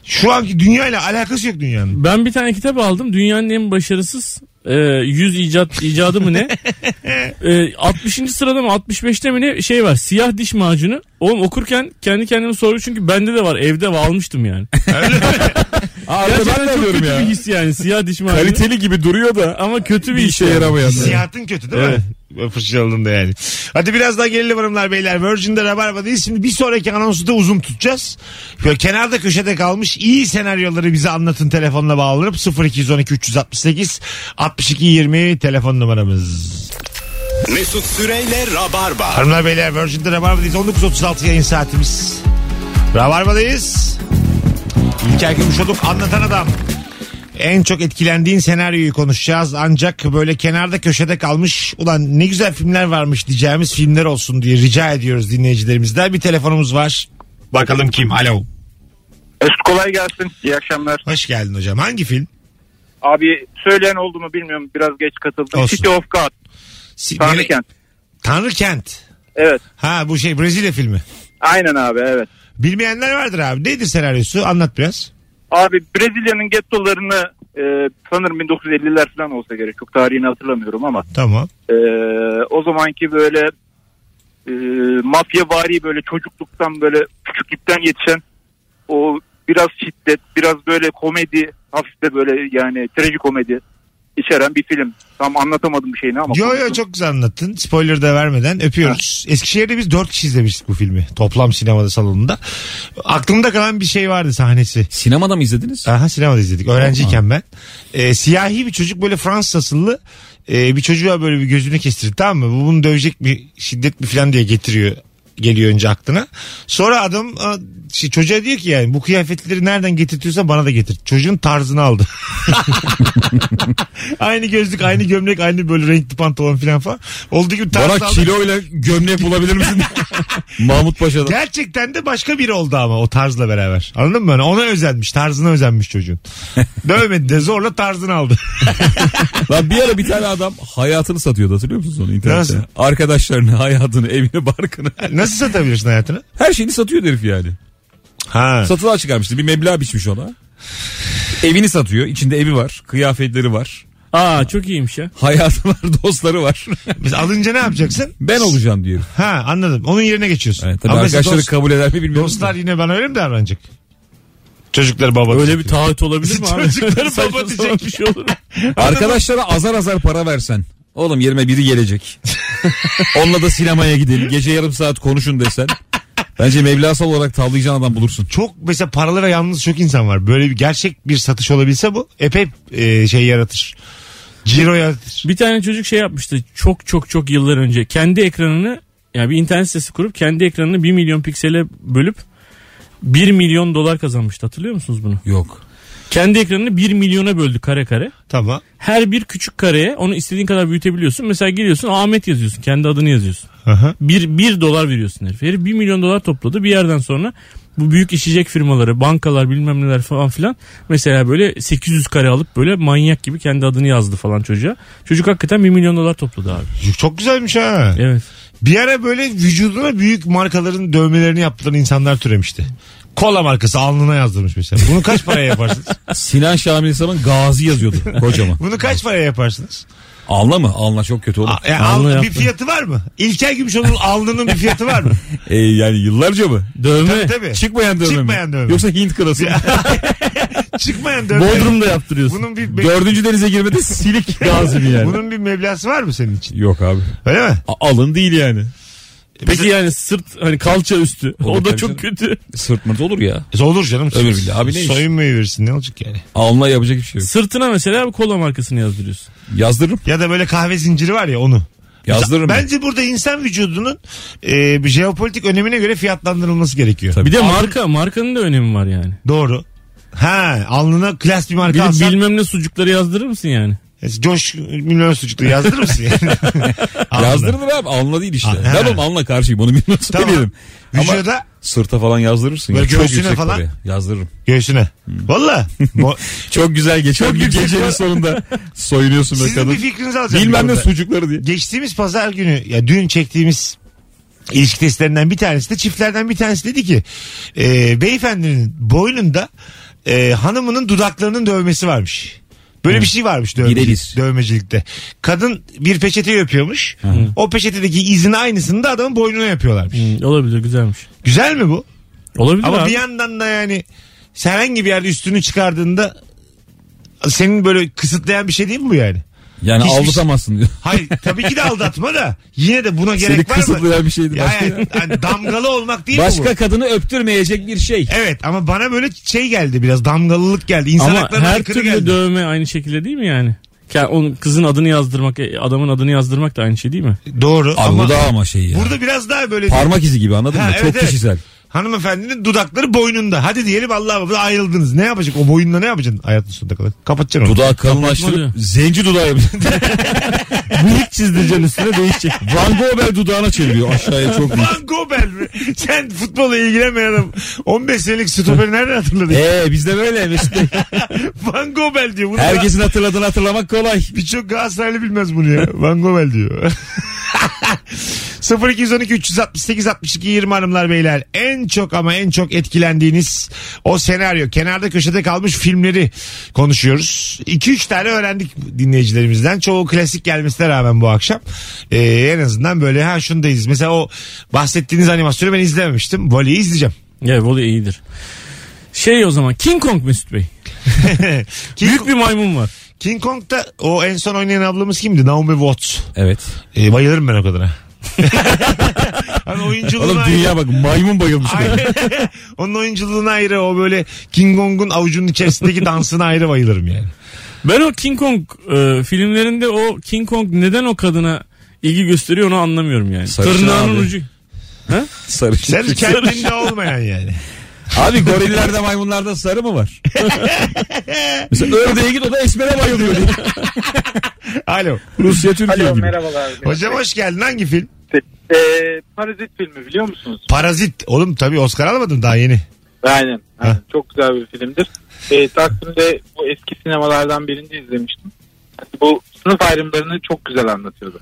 Şu anki dünyayla alakası yok dünyanın.
Ben bir tane kitap aldım. Dünyanın en başarısız e, 100 icat icadı mı ne? E, 60. sırada mı 65'te mi ne şey var siyah diş macunu. Oğlum okurken kendi kendime soruyorum çünkü bende de var evde ve almıştım yani.
Abi
Gerçekten
ben de
çok
alıyorum
kötü
ya.
bir his yani siyah diş macunu.
Kaliteli gibi duruyor da
ama kötü bir,
bir
his
işe
yani.
yaramayan.
Hissiyatın kötü değil mi? Fırçaladığında yani. Hadi biraz daha gelelim hanımlar beyler. Virgin'de Rabarba'dayız. Şimdi bir sonraki anonsu da uzun tutacağız. Böyle kenarda köşede kalmış iyi senaryoları bize anlatın telefonla bağlanıp 0212 368 62 20 telefon numaramız.
Mesut Süreyle Rabarba.
Hanımlar beyler Virgin'de Rabarba'dayız. 19.36 yayın saatimiz. Rabarba'dayız. İlker Gümüşoluk anlatan adam. En çok etkilendiğin senaryoyu konuşacağız. Ancak böyle kenarda köşede kalmış ulan ne güzel filmler varmış diyeceğimiz filmler olsun diye rica ediyoruz dinleyicilerimizden. Bir telefonumuz var. Bakalım kim? Alo.
Mesut kolay gelsin. İyi akşamlar.
Hoş geldin hocam. Hangi film?
Abi söyleyen oldu mu bilmiyorum. Biraz geç katıldım.
Olsun.
City of God. Tanrıkent.
Tanrıkent.
Evet.
Ha bu şey Brezilya filmi.
Aynen abi evet.
Bilmeyenler vardır abi. Nedir senaryosu? Anlat biraz.
Abi Brezilya'nın gettolarını e, sanırım 1950'ler falan olsa gerek. Çok tarihini hatırlamıyorum ama.
Tamam.
e, o zamanki böyle e, mafya vari böyle çocukluktan böyle küçüklükten yetişen o biraz şiddet biraz böyle komedi hafif de böyle yani trajikomedi içeren bir film. Tam anlatamadım bir şeyini ama.
Yo yo
konuştum.
çok güzel anlattın. Spoiler da vermeden öpüyoruz. Eskişehir'de biz dört kişi izlemiştik bu filmi. Toplam sinemada salonunda. Aklımda kalan bir şey vardı sahnesi.
Sinemada mı izlediniz?
Aha sinemada izledik. Öğrenciyken ben. Ee, siyahi bir çocuk böyle Fransız asıllı e, bir çocuğa böyle bir gözünü kestirdi tamam mı? Bu Bunu dövecek mi şiddet mi falan diye getiriyor geliyor önce aklına. Sonra adam a, şey, çocuğa diyor ki yani bu kıyafetleri nereden getirtiyorsan bana da getir. Çocuğun tarzını aldı. aynı gözlük, aynı gömlek, aynı böyle renkli pantolon falan falan. Olduğu gibi tarz
Bana
aldı.
kiloyla gömlek bulabilir misin? Mahmut Paşa'dan.
Gerçekten de başka biri oldu ama o tarzla beraber. Anladın mı? Yani ona özenmiş. Tarzına özenmiş çocuğun. Dövmedi de zorla tarzını aldı.
Lan bir ara bir tane adam hayatını satıyordu hatırlıyor musunuz onu internette?
Nasıl?
Arkadaşlarını, hayatını, evini, barkını.
Nasıl satabilirsin hayatını?
Her şeyini satıyor herif yani.
Ha.
Satılığa çıkarmıştı. Bir meblağ biçmiş ona. Evini satıyor. İçinde evi var. Kıyafetleri var.
Aa çok iyiymiş ya.
Hayatı var. Dostları var.
Biz alınca ne yapacaksın?
ben olacağım diyor.
Ha anladım. Onun yerine geçiyorsun.
Evet, tabii
Ama mesela
arkadaşları
dost-
kabul eder mi bilmiyorum.
Dostlar yine bana öyle mi davranacak? Çocuklar baba.
Öyle
diyecek.
bir taahhüt olabilir mi abi?
Çocukları
Saçma
baba
sapan
diyecek.
bir şey olur.
Arkadaşlara azar azar para versen. Oğlum yerime biri gelecek. Onunla da sinemaya gidelim. Gece yarım saat konuşun desen. Bence mevlasal olarak tavlayacağın adam bulursun.
Çok mesela paralı ve yalnız çok insan var. Böyle bir gerçek bir satış olabilse bu epey e, şey yaratır. Ciro yaratır.
Bir tane çocuk şey yapmıştı çok çok çok yıllar önce. Kendi ekranını yani bir internet sitesi kurup kendi ekranını 1 milyon piksele bölüp 1 milyon dolar kazanmıştı. Hatırlıyor musunuz bunu?
Yok.
Kendi ekranını 1 milyona böldü kare kare.
Tamam.
Her bir küçük kareye onu istediğin kadar büyütebiliyorsun. Mesela giriyorsun Ahmet yazıyorsun. Kendi adını yazıyorsun.
Aha.
1, 1 dolar veriyorsun herif. Herif 1 milyon dolar topladı. Bir yerden sonra bu büyük içecek firmaları, bankalar bilmem neler falan filan. Mesela böyle 800 kare alıp böyle manyak gibi kendi adını yazdı falan çocuğa. Çocuk hakikaten 1 milyon dolar topladı abi.
Çok güzelmiş ha.
Evet.
Bir ara böyle vücuduna büyük markaların dövmelerini yaptıran insanlar türemişti. Kola markası alnına yazdırmış mesela. Bunu kaç paraya yaparsınız?
Sinan Şamil İslam'ın gazi yazıyordu kocaman.
Bunu kaç paraya yaparsınız?
Alna mı? Alna çok kötü olur.
A- yani
Alnı
alnı bir
yaptı.
fiyatı var mı? İlker Gümüşoğlu'nun alnının bir fiyatı var mı?
E, yani yıllarca mı?
Dövme.
Tabii, tabii.
Çıkmayan dövme mi?
Çıkmayan dövme.
Yoksa Hint kılası. mı?
Çıkmayan dövme.
Bodrum'da yaptırıyorsun.
Bunun bir,
Dördüncü denize girmede silik gazi mi yani?
bunun bir meblası var mı senin için?
Yok abi.
Öyle mi?
A- alın değil yani.
E
Peki yani sırt hani kalça üstü. O,
Olur
da
tabii
çok kötü.
Sırt mırt olur ya.
E, Olur canım.
Öbür bile. Abi ne iş?
Soyunmayı verirsin ne olacak yani?
Alnına yapacak bir şey yok.
Sırtına mesela bir kola markasını yazdırıyorsun.
Yazdırırım.
Ya da böyle kahve zinciri var ya onu.
Yazdırırım. ben.
Bence burada insan vücudunun e, bir jeopolitik önemine göre fiyatlandırılması gerekiyor.
Tabii.
Bir de marka markanın da önemi var yani.
Doğru. Ha alnına klas bir marka
Bir de
alsan. E,
bilmem ne sucukları yazdırır mısın yani?
Coş milyon sucuklu yazdırır mısın yani? Alnına.
Yazdırılır abi. Alnına değil işte.
Ha,
ben
he.
oğlum alnına karşıyım. Onu bilmiyorsun.
Tamam.
Bilirim. Ama
Vücuda
sırta falan yazdırırsın.
Böyle
ya. Çok
göğsüne
yüksek
falan.
paraya. Yazdırırım.
göğsüne. Valla. Mo-
Çok güzel geçer. Bir gecenin sonunda soyunuyorsun böyle
Sizin bir
kadın.
fikrinizi alacağım.
Bilmem ne
burada.
sucukları diye.
Geçtiğimiz pazar günü ya dün çektiğimiz ilişki testlerinden bir tanesi de çiftlerden bir tanesi dedi ki e, beyefendinin boynunda e, hanımının dudaklarının dövmesi varmış. Böyle bir şey varmış dövmecilik, dövmecilikte. Kadın bir peçeteyi öpüyormuş. O peçetedeki izin aynısını da adamın boynuna yapıyorlarmış.
Olabilir güzelmiş.
Güzel mi bu?
Olabilir
Ama
abi.
bir yandan da yani sen herhangi bir yerde üstünü çıkardığında senin böyle kısıtlayan bir şey değil mi bu yani?
Yani
Hiçbir şey-
aldatamazsın diyor.
Hayır tabii ki de aldatma da yine de buna gerek
Seni
var mı?
kısıtlayan bir şeydi
Ya
başka.
yani, yani damgalı olmak değil mi bu? E,
Başka kadını öptürmeyecek bir şey.
Evet ama bana böyle şey geldi biraz damgalılık geldi. İnsan
Ama
haklarına
her
aykırı
türlü
geldi.
dövme aynı şekilde değil mi yani? Ya onun kızın adını yazdırmak, e, adamın adını yazdırmak da aynı şey değil mi?
Doğru.
Abi bu da ama şey ya.
Burada biraz daha böyle...
Parmak izi gibi anladın
Ha,
mı?
evet,
Çok
evet.
kişisel.
Hanımefendinin dudakları boynunda. Hadi diyelim Allah'a bu ayrıldınız. Ne yapacak? O boyunla ne yapacaksın hayatın sonuna kadar? Kapatacaksın onu.
Dudağı kalınlaştırıp zenci dudağı yapacaksın.
Bıyık çizdireceksin üstüne değişecek.
Van Gogh bel dudağına çeviriyor aşağıya çok büyük.
Van Gobel mi? Sen futbola ilgilenmeyen adam. 15 senelik stoperi nereden hatırladın?
Eee bizde Ee, böyle Mesut Bey.
Van Gobel diyor. Bunu
Herkesin hatırladığını hatırlamak kolay.
Birçok Galatasaraylı bilmez bunu ya. Van Gobel diyor. 0212 368 62 20 hanımlar beyler en çok ama en çok etkilendiğiniz o senaryo kenarda köşede kalmış filmleri konuşuyoruz 2-3 tane öğrendik dinleyicilerimizden çoğu klasik gelmesine rağmen bu akşam Ee, en azından böyle ha şundayız mesela o bahsettiğiniz animasyonu ben izlememiştim Vali'yi izleyeceğim
Ya bu da iyidir. Şey o zaman King Kong Mesut Bey.
King,
Büyük bir maymun var.
King Kong'da o en son oynayan ablamız kimdi Naomi Watts
Evet.
Ee, bayılırım ben o kadına Hani oyunculuğuna
Oğlum
ayrı-
dünya bak maymun bayılmış.
Aynen. Onun oyunculuğuna ayrı o böyle King Kong'un avucunun içerisindeki dansına ayrı bayılırım yani.
Ben o King Kong e, filmlerinde o King Kong neden o kadına ilgi gösteriyor onu anlamıyorum yani.
Sarışın
Tırnağının
abi.
ucu.
Sarışın.
Sen kendinde olmayan yani.
Abi gorillerde maymunlarda sarı mı var? Mesela ördeğe git o da esmere bayılıyor. diye.
Alo.
Rusya Türkiye
Alo
gibi.
merhabalar.
Hocam hoş geldin. Hangi film?
Ee, Parazit filmi biliyor musunuz?
Parazit. Oğlum tabii Oscar almadın daha yeni.
Aynen. aynen.
Ha.
Çok güzel bir filmdir. Ee, Taksim'de bu eski sinemalardan birini izlemiştim. Bu sınıf ayrımlarını çok güzel anlatıyordu.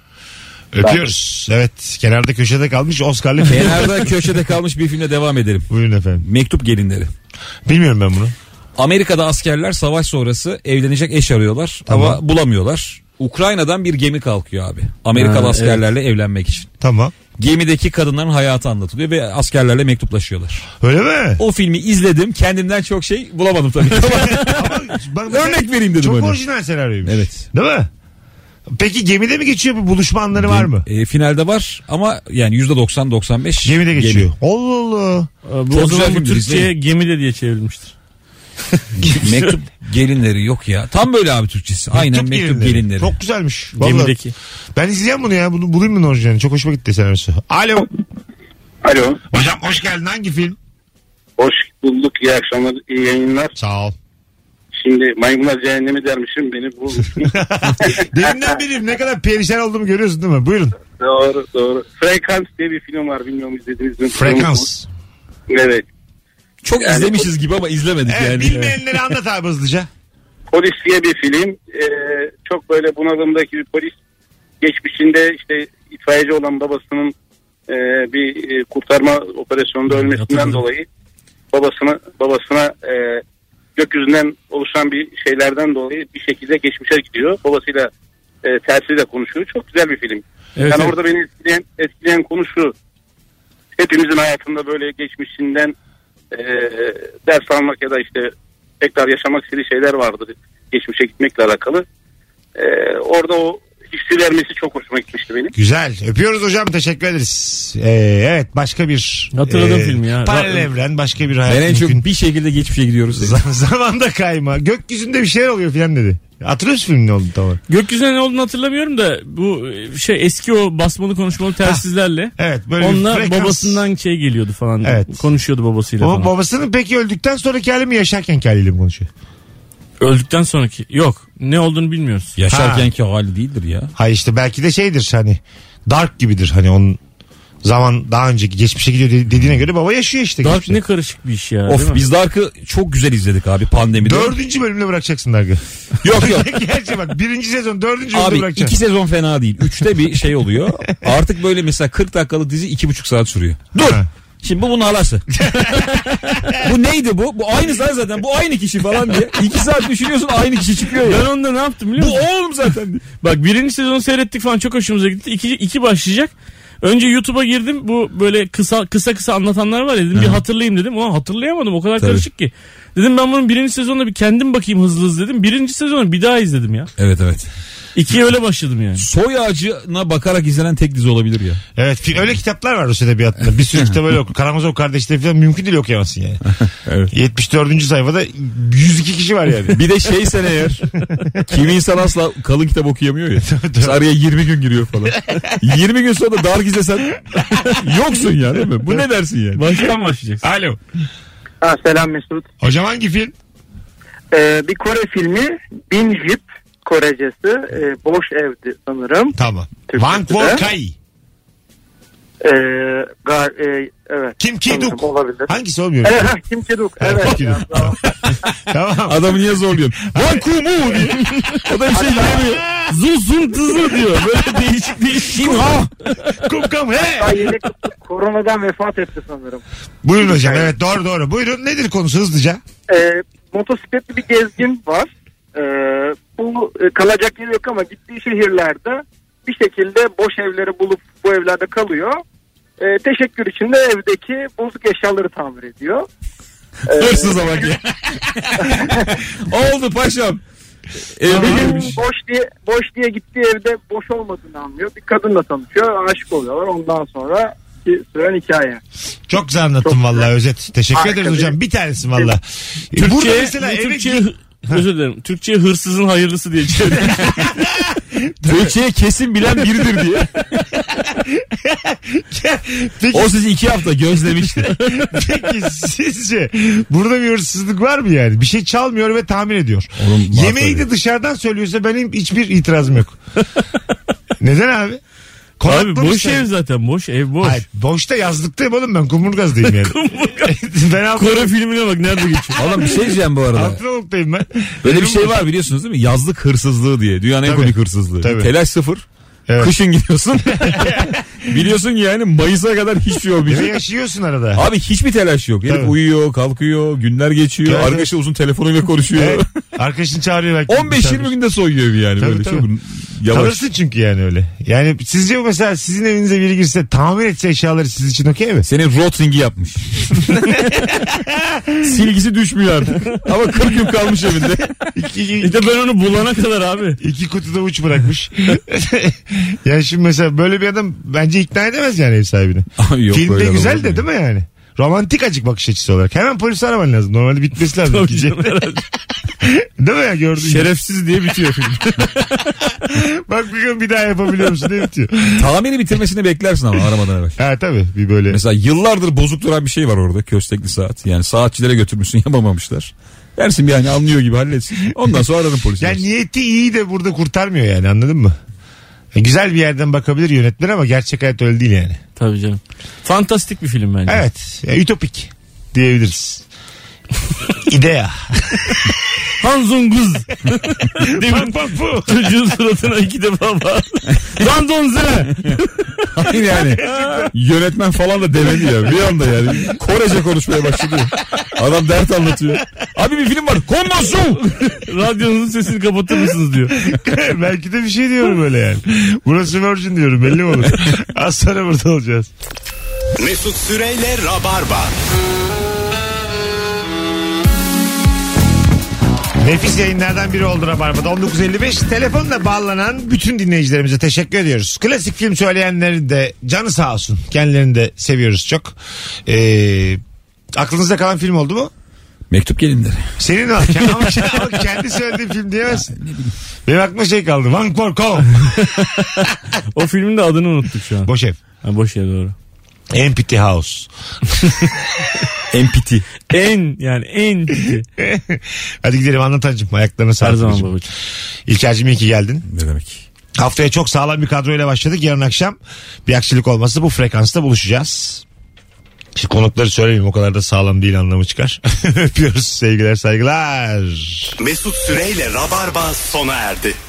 Öpüyoruz. Evet. Kenarda köşede kalmış Oscar'lı film.
Kenarda köşede kalmış bir filmle devam edelim.
Buyurun efendim.
Mektup gelinleri.
Bilmiyorum ben bunu.
Amerika'da askerler savaş sonrası evlenecek eş arıyorlar ama bulamıyorlar. Ukrayna'dan bir gemi kalkıyor abi. Amerikalı
Ha,
askerlerle evlenmek için.
Tamam.
Gemideki kadınların hayatı anlatılıyor ve askerlerle mektuplaşıyorlar.
Öyle mi?
O filmi izledim. Kendimden çok şey bulamadım tabii ki.
Bak, mesela
Örnek vereyim dedim.
Çok
hani.
orijinal senaryoymuş.
Evet.
Değil mi? Peki gemide mi geçiyor bu buluşma anları var mı?
E, finalde var ama yani %90-95
Gemide geçiyor.
gemi.
Allah Allah.
E, Bu
Çok
o
güzel
zaman bu
filmdir,
Türkçe'ye
izleyin.
gemide diye çevrilmiştir.
Mektup gelinleri yok ya. Tam böyle abi Türkçesi. Aynen mektup gelinleri.
Çok güzelmiş. Vallahi.
Gemideki.
Ben izleyeceğim bunu ya. Bunu bulayım mı orijinalini? Çok hoşuma gitti senaryosu. Alo.
Alo.
Hocam hoş geldin. Hangi film?
Hoş bulduk. İyi akşamlar. iyi yayınlar.
Sağ ol.
Şimdi maymunlar cehennemi dermişim. Beni bu
Deminden beri ne kadar perişan olduğumu görüyorsun değil mi? Buyurun.
doğru doğru. Frekans diye bir film var. Bilmiyorum izlediniz mi?
Frekans.
Evet.
Çok
Yani-
izlemişiz gibi ama izlemedik
Evet,
yani.
bilmeyenleri anlat abi hızlıca.
Polis diye bir film. Ee, çok böyle bunalımdaki bir polis. Geçmişinde işte itfaiyeci olan babasının e, bir e, kurtarma operasyonunda ölmesinden
hatırladım.
dolayı babasına babasına e, gökyüzünden oluşan bir şeylerden dolayı bir şekilde geçmişe gidiyor. Babasıyla e, tersiyle konuşuyor. Çok güzel bir film.
Evet,
yani
evet.
orada beni etkileyen, etkileyen konu şu. Hepimizin hayatında böyle geçmişinden e, ders almak ya da işte tekrar yaşamak istediği şeyler vardır. Geçmişe gitmekle alakalı. E, orada o hissi vermesi çok hoşuma gitmişti benim.
Güzel. Öpüyoruz hocam. Teşekkür ederiz. Ee, evet başka bir...
Hatırladım filmi ya.
Paralel evren başka bir hayat
Ben en çok
mümkün.
bir şekilde geçmişe gidiyoruz.
Z- Zamanda kayma. Gökyüzünde bir şeyler oluyor filan dedi. Hatırlıyor musun filmin ne oldu tamam.
Gökyüzüne ne olduğunu hatırlamıyorum da bu e, şey eski o basmalı konuşmalı telsizlerle.
Evet böyle bir
Onlar
frekans.
babasından şey geliyordu falan.
Evet.
Konuşuyordu babasıyla
Baba-
falan.
babasının peki öldükten sonraki hali mi yaşarken haliyle mi konuşuyor?
Öldükten sonraki. Yok. Ne olduğunu bilmiyoruz.
Yaşarkenki hali değildir ya.
Hayır işte belki de şeydir hani dark gibidir hani onun zaman daha önceki geçmişe gidiyor dedi- dediğine göre baba yaşıyor işte.
Dark
geçmişte.
ne karışık bir iş ya. değil
Of
mi?
biz Dark'ı çok güzel izledik abi pandemide.
Dördüncü bölümle bırakacaksın Dark'ı.
Yok yok.
Gerçi bak birinci sezon dördüncü bölümde
Abi iki
bırakacaksın.
sezon fena değil. Üçte bir şey oluyor. Artık böyle mesela 40 dakikalık dizi iki buçuk saat sürüyor.
Dur.
Şimdi bu bunun halası. bu neydi neydi bu? Bu aynı zar zaten. Bu aynı kişi falan diye. İki saat düşünüyorsun aynı kişi çıkıyor ya.
Ben onda ne yaptım biliyor musun?
Bu oğlum zaten.
Bak birinci sezonu seyrettik falan çok hoşumuza gitti. İki, iki başlayacak. Önce YouTube'a girdim bu böyle kısa kısa kısa anlatanlar var ya dedim bir hatırlayayım dedim. Ulan hatırlayamadım o kadar
Tabii.
karışık ki. Dedim ben bunun birinci sezonuna bir kendim bakayım hızlı hızlı dedim. Birinci sezonu bir daha izledim ya.
Evet evet.
İkiye öyle başladım yani.
Soy ağacına bakarak izlenen tek dizi olabilir ya.
Evet fi- öyle kitaplar var Rus edebiyatında. Bir sürü kitap öyle oku. Karamazov kardeşleri falan mümkün değil okuyamazsın yani. 74. sayfada 102 kişi var yani.
Bir de şeysen eğer kimi insan asla kalın kitap okuyamıyor ya. Mesela araya 20 gün giriyor falan. 20 gün sonra dar izlesen yoksun ya değil mi? Bu ne dersin yani?
Baştan başlayacaksın.
Alo.
Ha, selam Mesut.
Hocam hangi film?
Ee, bir Kore filmi Bin Jip Korecesi. Ee, boş evdi sanırım.
Tamam.
Türkçesi
Van Kwok
de.
Kai.
Ee, gar, e, evet.
Kim Ki
Sanırım
Duk.
Olabilir.
Hangisi olmuyor?
Evet, ha, Kim Ki Duk. Evet.
Kim Ki Duk. Tamam.
Adamı niye zorluyorsun? Van Kumu diye. O da bir şey yiyemiyor.
Zun zun tızı diyor. Böyle değişik değişik. Kim ha?
Kumkam he.
Daha yeni koronadan vefat etti sanırım.
Buyurun hocam evet doğru doğru. Buyurun nedir konusu hızlıca?
Ee, motosikletli bir gezgin var. Ee, bu e, kalacak yeri yok ama gittiği şehirlerde bir şekilde boş evleri bulup bu evlerde kalıyor. Ee, teşekkür için de evdeki bozuk eşyaları tamir ediyor.
Hırsıza bak ya. Oldu paşam.
Ee,
Evli
Evin
girmiş.
boş diye boş diye gittiği evde boş olmadığını anlıyor. Bir kadınla tanışıyor, aşık oluyorlar. Ondan sonra ki süren hikaye.
Çok güzel anlattın vallahi özet. Teşekkür
Harika bir-
ederiz hocam. Bir tanesin vallahi. Ee, Burada
Türkçe,
mesela eve
Türkçe,
gir-
özür dilerim. Türkçe hırsızın hayırlısı diye çeviriyor.
Türkçe'ye kesin bilen biridir diye.
Peki,
O sizi iki hafta gözlemişti.
peki sizce burada bir hırsızlık var mı yani? Bir şey çalmıyor ve tahmin ediyor.
Oğlum, var
Yemeği de
tabii.
dışarıdan söylüyorsa benim hiçbir itirazım yok. Neden abi?
Abi boş
Konaklamışlar.
ev zaten boş ev boş.
Hayır, boşta yazlıktayım oğlum ben kumburgazdayım yani. ben altın,
Kore filmine bak nerede geçiyor.
Oğlum bir şey diyeceğim bu arada.
altınoluktayım ben.
Böyle bir şey var biliyorsunuz değil mi? Yazlık hırsızlığı diye. Dünyanın en
Tabii.
komik hırsızlığı.
Tabii.
Telaş sıfır.
Evet.
Kışın gidiyorsun. Biliyorsun ki yani Mayıs'a kadar hiçbir şey
Bir de
olmayacak.
yaşıyorsun arada.
Abi hiçbir telaş yok. Herif
Tabii.
uyuyor, kalkıyor, günler geçiyor.
Evet,
Arkadaşı uzun telefonuyla konuşuyor.
Evet. Arkadaşını çağırıyor belki.
15-20 günde soyuyor evi yani
Tabii,
böyle.
tabii.
Çok yavaş.
Tanırsın çünkü yani öyle. Yani sizce mesela sizin evinize biri girse tamir etse eşyaları siz için okey mi?
Senin rotringi yapmış. Silgisi düşmüyor artık. Ama 40 gün kalmış evinde.
İki, iki,
Bir de ben onu bulana kadar abi.
iki kutuda uç bırakmış. yani şimdi mesela böyle bir adam bence ikna edemez yani ev sahibini.
Abi yok
Filmde
böyle
güzel
adam
de
olur
değil mi yani? Romantik acık bakış açısı olarak. Hemen polisi araman lazım. Normalde bitmesi lazım.
Tabii
gece.
canım, herhalde.
değil mi ya gördün? gibi.
Şerefsiz diye bitiyor film.
Bak bir gün bir daha yapabiliyor musun diye bitiyor.
ya. Tamiri bitirmesini beklersin ama aramadan evvel.
Ha tabii bir böyle.
Mesela yıllardır bozuk duran bir şey var orada köstekli saat. Yani saatçilere götürmüşsün yapamamışlar. Dersin bir yani anlıyor gibi halletsin. Ondan sonra ararım polisi.
Yani niyeti iyi de burada kurtarmıyor yani anladın mı? E, güzel bir yerden bakabilir yönetmen ama gerçek hayat öyle değil yani.
Tabii canım. Fantastik bir film bence.
Evet. e, ütopik diyebiliriz. İdea.
Hanzun kız. Demin
Papu.
çocuğun suratına iki defa bağırdı. Randon zene.
Hayır yani. Yönetmen falan da demedi ya. Bir anda yani. Korece konuşmaya başladı. Adam dert anlatıyor. Abi bir film var. Konmasu.
Radyonuzun sesini kapatır mısınız diyor.
Belki de bir şey diyorum öyle yani. Burası Virgin diyorum belli mi olur? Az sonra burada olacağız.
Mesut Süreyle Rabarba.
Nefis yayınlardan biri oldu Rabarba'da. 1955 telefonla bağlanan bütün dinleyicilerimize teşekkür ediyoruz. Klasik film söyleyenlerin de canı sağ olsun. Kendilerini de seviyoruz çok. Ee, aklınızda kalan film oldu mu?
Mektup gelindir.
Senin var. Ke- ama, ke- ama kendi söylediğin film diyemezsin. Benim aklıma şey kaldı. Van Korkom.
O filmin de adını unuttuk şu an.
Boş ev.
Ha, boş ya doğru.
Empty House.
MPT.
En yani en piti.
Hadi gidelim anlatacağım. Ayaklarına
Her
sağlık.
zaman
babacığım.
babacığım.
İlker'cim iyi ki geldin.
Ne demek?
Haftaya çok sağlam bir kadroyla başladık. Yarın akşam bir aksilik olmazsa bu frekansta buluşacağız. Şimdi konukları söyleyeyim o kadar da sağlam değil anlamı çıkar. Öpüyoruz sevgiler saygılar.
Mesut Süreyle Rabarba sona erdi.